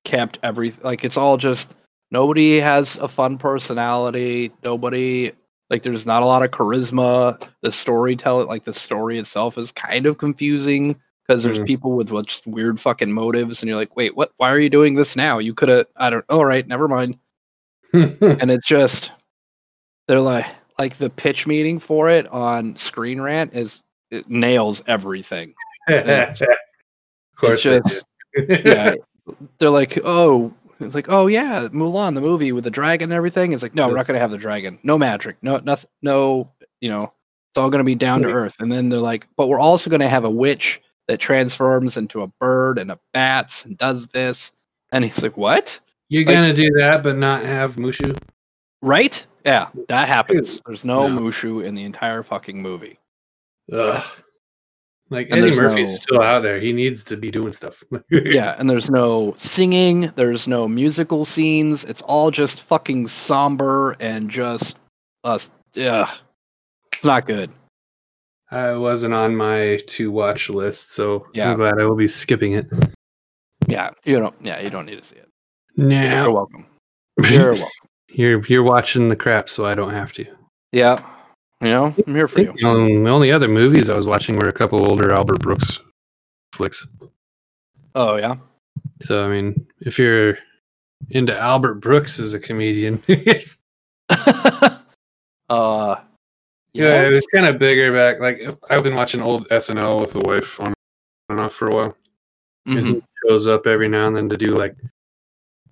Speaker 1: kept everything. Like it's all just nobody has a fun personality. Nobody like there's not a lot of charisma. The storytelling, like the story itself, is kind of confusing because there's
Speaker 2: Mm.
Speaker 1: people with what just weird fucking motives, and you're like, wait, what? Why are you doing this now? You could have. I don't. All right, never mind. and it's just they're like like the pitch meeting for it on Screen Rant is it nails everything.
Speaker 2: of course they
Speaker 1: just-
Speaker 2: did.
Speaker 1: yeah, they're like, oh, it's like, oh yeah, Mulan the movie with the dragon and everything. It's like, no, we're not gonna have the dragon. No magic. No nothing. No, you know, it's all gonna be down to
Speaker 2: Right.
Speaker 1: earth. And then they're like, but we're also gonna have a witch that transforms into a bird and a bats and does this. And he's like, what?
Speaker 2: You're
Speaker 1: Like-
Speaker 2: gonna do that, but not have Mushu.
Speaker 1: Right? Yeah, that happens. There's no
Speaker 2: No.
Speaker 1: Mushu in the entire fucking movie.
Speaker 2: Ugh. Like
Speaker 1: And
Speaker 2: Eddie
Speaker 1: there's
Speaker 2: Murphy's
Speaker 1: no-
Speaker 2: still out there. He needs to be doing stuff.
Speaker 1: yeah, and there's no singing, there's no musical scenes. It's all just fucking somber and just us. Yeah, it's not good.
Speaker 2: I wasn't on my to watch list, so
Speaker 1: Yeah.
Speaker 2: I'm glad I will be skipping it.
Speaker 1: Yeah, you don't. Yeah, you don't need to see it. You're
Speaker 2: Now
Speaker 1: welcome. You're welcome.
Speaker 2: you're you're watching the crap, so I don't have to.
Speaker 1: Yeah, you know, I'm here
Speaker 2: I
Speaker 1: for you.
Speaker 2: think the only, the only other movies I was watching were a couple older Albert Brooks flicks.
Speaker 1: Oh yeah,
Speaker 2: So I mean, if you're into Albert Brooks as a comedian,
Speaker 1: uh,
Speaker 2: yeah,
Speaker 1: yeah,
Speaker 2: it was kind of bigger back. Like
Speaker 7: I've been watching old SNL with the wife on and off for a while.
Speaker 1: mhm.
Speaker 2: and he shows up every now and then to do like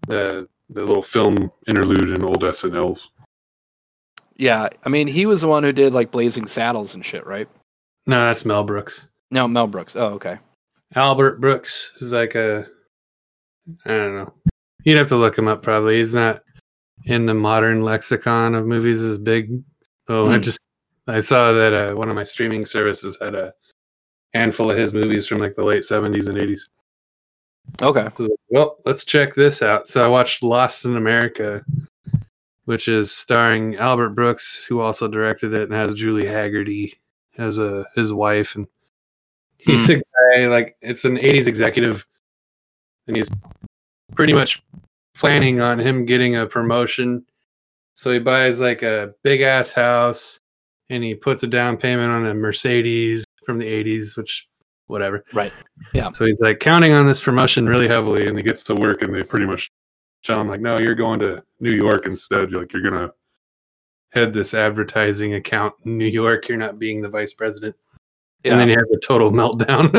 Speaker 7: The the little film interlude in old SNLs.
Speaker 1: yeah. I mean, he was the one who did like Blazing Saddles and shit, right?
Speaker 2: no, that's Mel Brooks.
Speaker 1: No, Mel Brooks. Oh, okay.
Speaker 2: Albert Brooks is like a I don't know. You'd have to look him up probably. He's not in the modern lexicon of movies is big. So I
Speaker 1: Hmm.
Speaker 2: just I saw that uh, one of my streaming services had a handful of his movies from like the late seventies and eighties.
Speaker 1: Okay.
Speaker 2: So I was like, well, let's check this out. So I watched Lost in America, which is starring Albert Brooks, who also directed it, and has Julie Haggerty as a his wife, and he's a guy like it's an '80s executive, and he's pretty much planning on him getting a promotion. So he buys like a big ass house, and he puts a down payment on a Mercedes from the '80s, which whatever. So he's like counting on this promotion really heavily, and he gets
Speaker 7: Gets to work and they pretty much tell him like, no, you're going to New York instead. You're like, you're gonna.
Speaker 2: head this advertising account in New York. You're not being the vice president,
Speaker 1: Yeah.
Speaker 2: and then he has a total meltdown.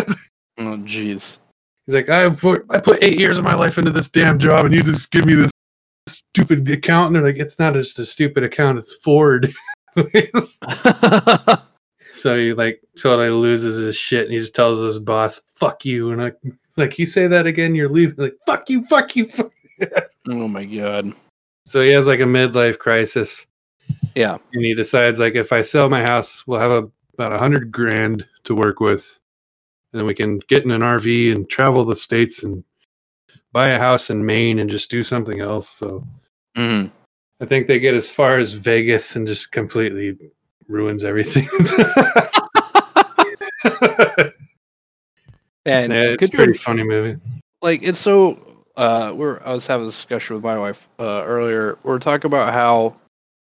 Speaker 1: oh, jeez.
Speaker 2: he's like, I put I put eight years of my life into this damn job, and you just give me this stupid account. And they're like, it's not just a stupid account; it's Ford. so he like totally loses his shit, and he just tells his boss, "Fuck you," and like, like you say that again, you're leaving. Like, fuck you, fuck you, fuck. you."
Speaker 1: oh my god.
Speaker 2: so he has like a midlife crisis.
Speaker 1: Yeah.
Speaker 2: and he decides like if I sell my house, we'll have a, about a hundred grand to work with, and then we can get in an RV and travel the states and buy a house in Maine and just do something else. So
Speaker 1: Mm.
Speaker 2: I think they get as far as Vegas and just completely ruins everything.
Speaker 1: And
Speaker 2: Yeah, it's
Speaker 1: could
Speaker 2: a pretty
Speaker 1: you
Speaker 2: funny movie.
Speaker 1: like it's so uh we're i was having a discussion with my wife uh earlier we are talking about how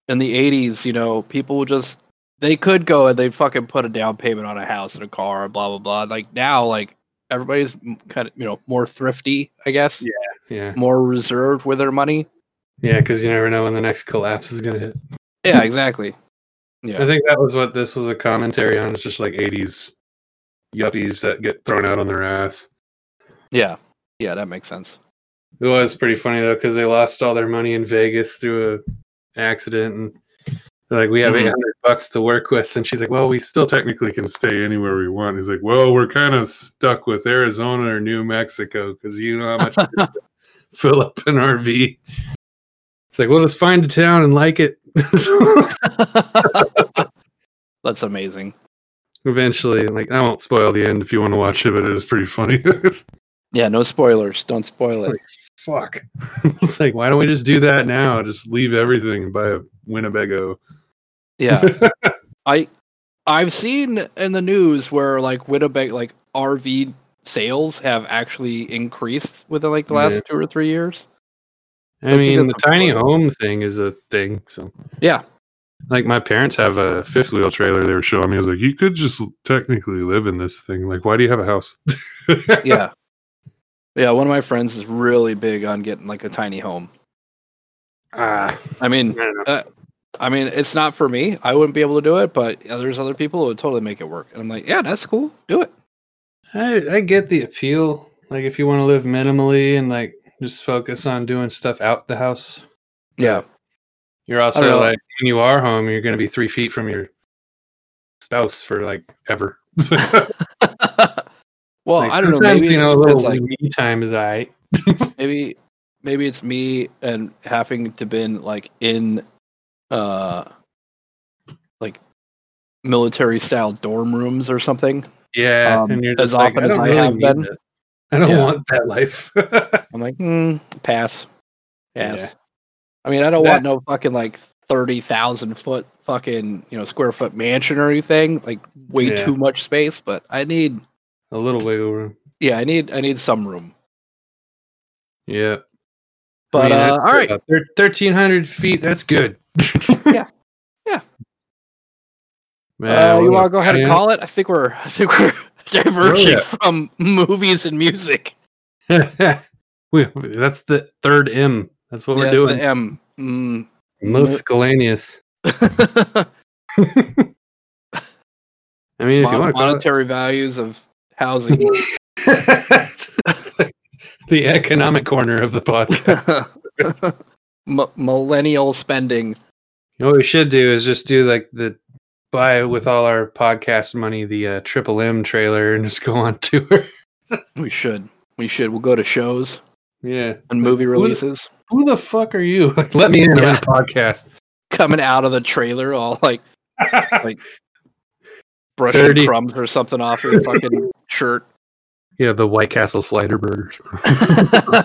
Speaker 1: in the 80s you know people would just they could go and they fucking put a down payment on a house and a car and blah blah blah like now like everybody's kind of you know more thrifty i guess
Speaker 2: Yeah. Yeah,
Speaker 1: more reserved with their money
Speaker 2: yeah, because you never know when the next collapse is gonna hit.
Speaker 1: yeah exactly
Speaker 2: I think that was what this was a commentary on. It's just like '80s
Speaker 7: Yuppies that get thrown out on their ass.
Speaker 1: yeah yeah that makes sense
Speaker 2: It was pretty funny though because they lost all their money in Vegas through a accident, and they're like, "We have
Speaker 1: Mhm.
Speaker 2: eight hundred bucks to work with," and she's like, "Well, we still technically
Speaker 7: Technically, can stay anywhere we want. He's like, well, we're kind of stuck with Arizona or New Mexico because you know how much
Speaker 2: fill up an RV." It's like, "Well, just find a town and like it."
Speaker 1: that's amazing
Speaker 2: Eventually, like I won't spoil the end if you want to watch it, but it was pretty funny.
Speaker 1: yeah no spoilers don't spoil
Speaker 2: It's
Speaker 1: it
Speaker 2: like, fuck. it's like, why don't we just do that now? Just leave everything and buy a
Speaker 7: Winnebago.
Speaker 1: yeah I I've seen in the news where like Winnipeg like RV sales have actually increased within like the last
Speaker 2: Yeah.
Speaker 1: two or three years.
Speaker 2: I mean, the
Speaker 1: that's
Speaker 2: tiny
Speaker 1: important.
Speaker 2: home thing is a thing. So
Speaker 1: Yeah.
Speaker 2: like my parents have a fifth wheel trailer. They were showing me. I was like,
Speaker 7: You could just technically live in this thing. Like, why do you have a house?
Speaker 1: Yeah. yeah, one of my friends is really big on getting like a tiny home.
Speaker 2: ah,
Speaker 1: I
Speaker 2: I
Speaker 1: mean
Speaker 2: don't know.
Speaker 1: I mean it's not for me. I wouldn't be able to do it, but uh, there's other people who would totally make it work. And I'm like, yeah, that's cool. Do it.
Speaker 2: I, I get the appeal. Like if you want to live minimally and like just focus on doing stuff out the house,
Speaker 1: Yeah.
Speaker 2: you're
Speaker 1: don't
Speaker 2: also
Speaker 1: know.
Speaker 2: like when you are home, you're going to be three feet from your spouse for like ever.
Speaker 1: well,
Speaker 2: Like,
Speaker 1: I don't know.
Speaker 2: sometimes,
Speaker 1: Maybe
Speaker 2: you
Speaker 1: it's,
Speaker 2: know, a
Speaker 1: it's
Speaker 2: little
Speaker 1: like
Speaker 2: me time is all right.
Speaker 1: maybe maybe it's me and having to been like in uh like military style dorm rooms or something
Speaker 2: Yeah,
Speaker 1: Um,
Speaker 2: and you're
Speaker 1: as
Speaker 2: just like,
Speaker 1: often
Speaker 2: I
Speaker 1: as
Speaker 2: don't
Speaker 1: I
Speaker 2: really
Speaker 1: have
Speaker 2: need
Speaker 1: been.
Speaker 2: that. I don't
Speaker 1: Yeah.
Speaker 2: want that life.
Speaker 1: i'm like mm, pass pass
Speaker 2: Yeah.
Speaker 1: i mean i don't
Speaker 2: That-
Speaker 1: want no fucking like 30,000 foot fucking you know square foot mansion or anything like way
Speaker 2: Yeah.
Speaker 1: too much space but i need
Speaker 2: a little wiggle room.
Speaker 1: yeah i need i need some room
Speaker 2: Yeah.
Speaker 1: but uh, all right
Speaker 2: thirteen hundred feet. That's good.
Speaker 1: Yeah. Yeah.
Speaker 2: Man,
Speaker 1: uh, you
Speaker 2: what
Speaker 1: want
Speaker 2: a
Speaker 1: to go ahead and
Speaker 2: plan.
Speaker 1: call it i think we're i think we're diverging
Speaker 2: yeah.
Speaker 1: from movies and music
Speaker 2: We- that's the third M. That's what
Speaker 1: Yeah,
Speaker 2: we're
Speaker 1: the
Speaker 2: doing.
Speaker 1: M. Mm.
Speaker 2: Miscellaneous. I mean, if you
Speaker 1: Mon-
Speaker 2: want to call
Speaker 1: monetary values of housing.
Speaker 2: it the economic corner of the podcast.
Speaker 1: M- millennial spending.
Speaker 2: You know what we should do is just do like the buy with all our podcast money the uh, triple M trailer and just go on tour.
Speaker 1: We should. We should. We'll go to shows.
Speaker 2: Yeah.
Speaker 1: and movie releases
Speaker 2: Who the fuck are you? Like, let me in on
Speaker 1: Yeah.
Speaker 2: the podcast.
Speaker 1: coming out of the trailer all like brushing
Speaker 2: Thirty-
Speaker 1: crumbs or something off your fucking shirt.
Speaker 2: yeah, the White Castle slider burgers.
Speaker 1: oh,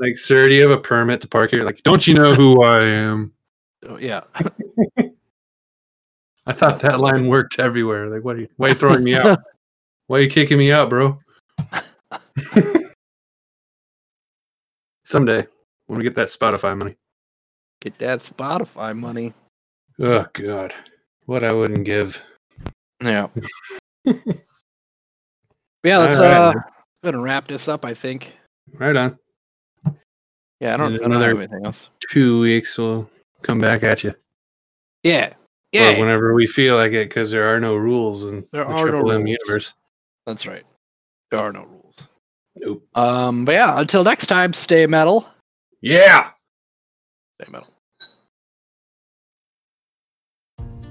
Speaker 2: Like, sir, do you have a permit to park here? Like, don't you know who I am?
Speaker 1: yeah.
Speaker 2: I thought that line worked everywhere. Like, what are you? Why are you throwing me out? Why are you kicking me out, bro? Someday, when we get that Spotify money.
Speaker 1: Get that Spotify money.
Speaker 2: Oh God, what I wouldn't give.
Speaker 1: Yeah. yeah, let's
Speaker 2: All right.
Speaker 1: uh go ahead and wrap this up, I think.
Speaker 2: Right on.
Speaker 1: Yeah, I don't, I don't
Speaker 2: Another-
Speaker 1: have anything else.
Speaker 2: Two weeks, we'll come back at you.
Speaker 1: Yeah.
Speaker 2: Or
Speaker 1: Yeah.
Speaker 2: whenever we feel like it, because there are no rules in
Speaker 1: There
Speaker 2: the
Speaker 1: are no
Speaker 2: Triple M
Speaker 1: rules.
Speaker 2: universe.
Speaker 1: That's right. There are no rules.
Speaker 2: Nope.
Speaker 1: Um, but yeah, until next time, stay metal.
Speaker 2: Yeah.
Speaker 1: Stay metal.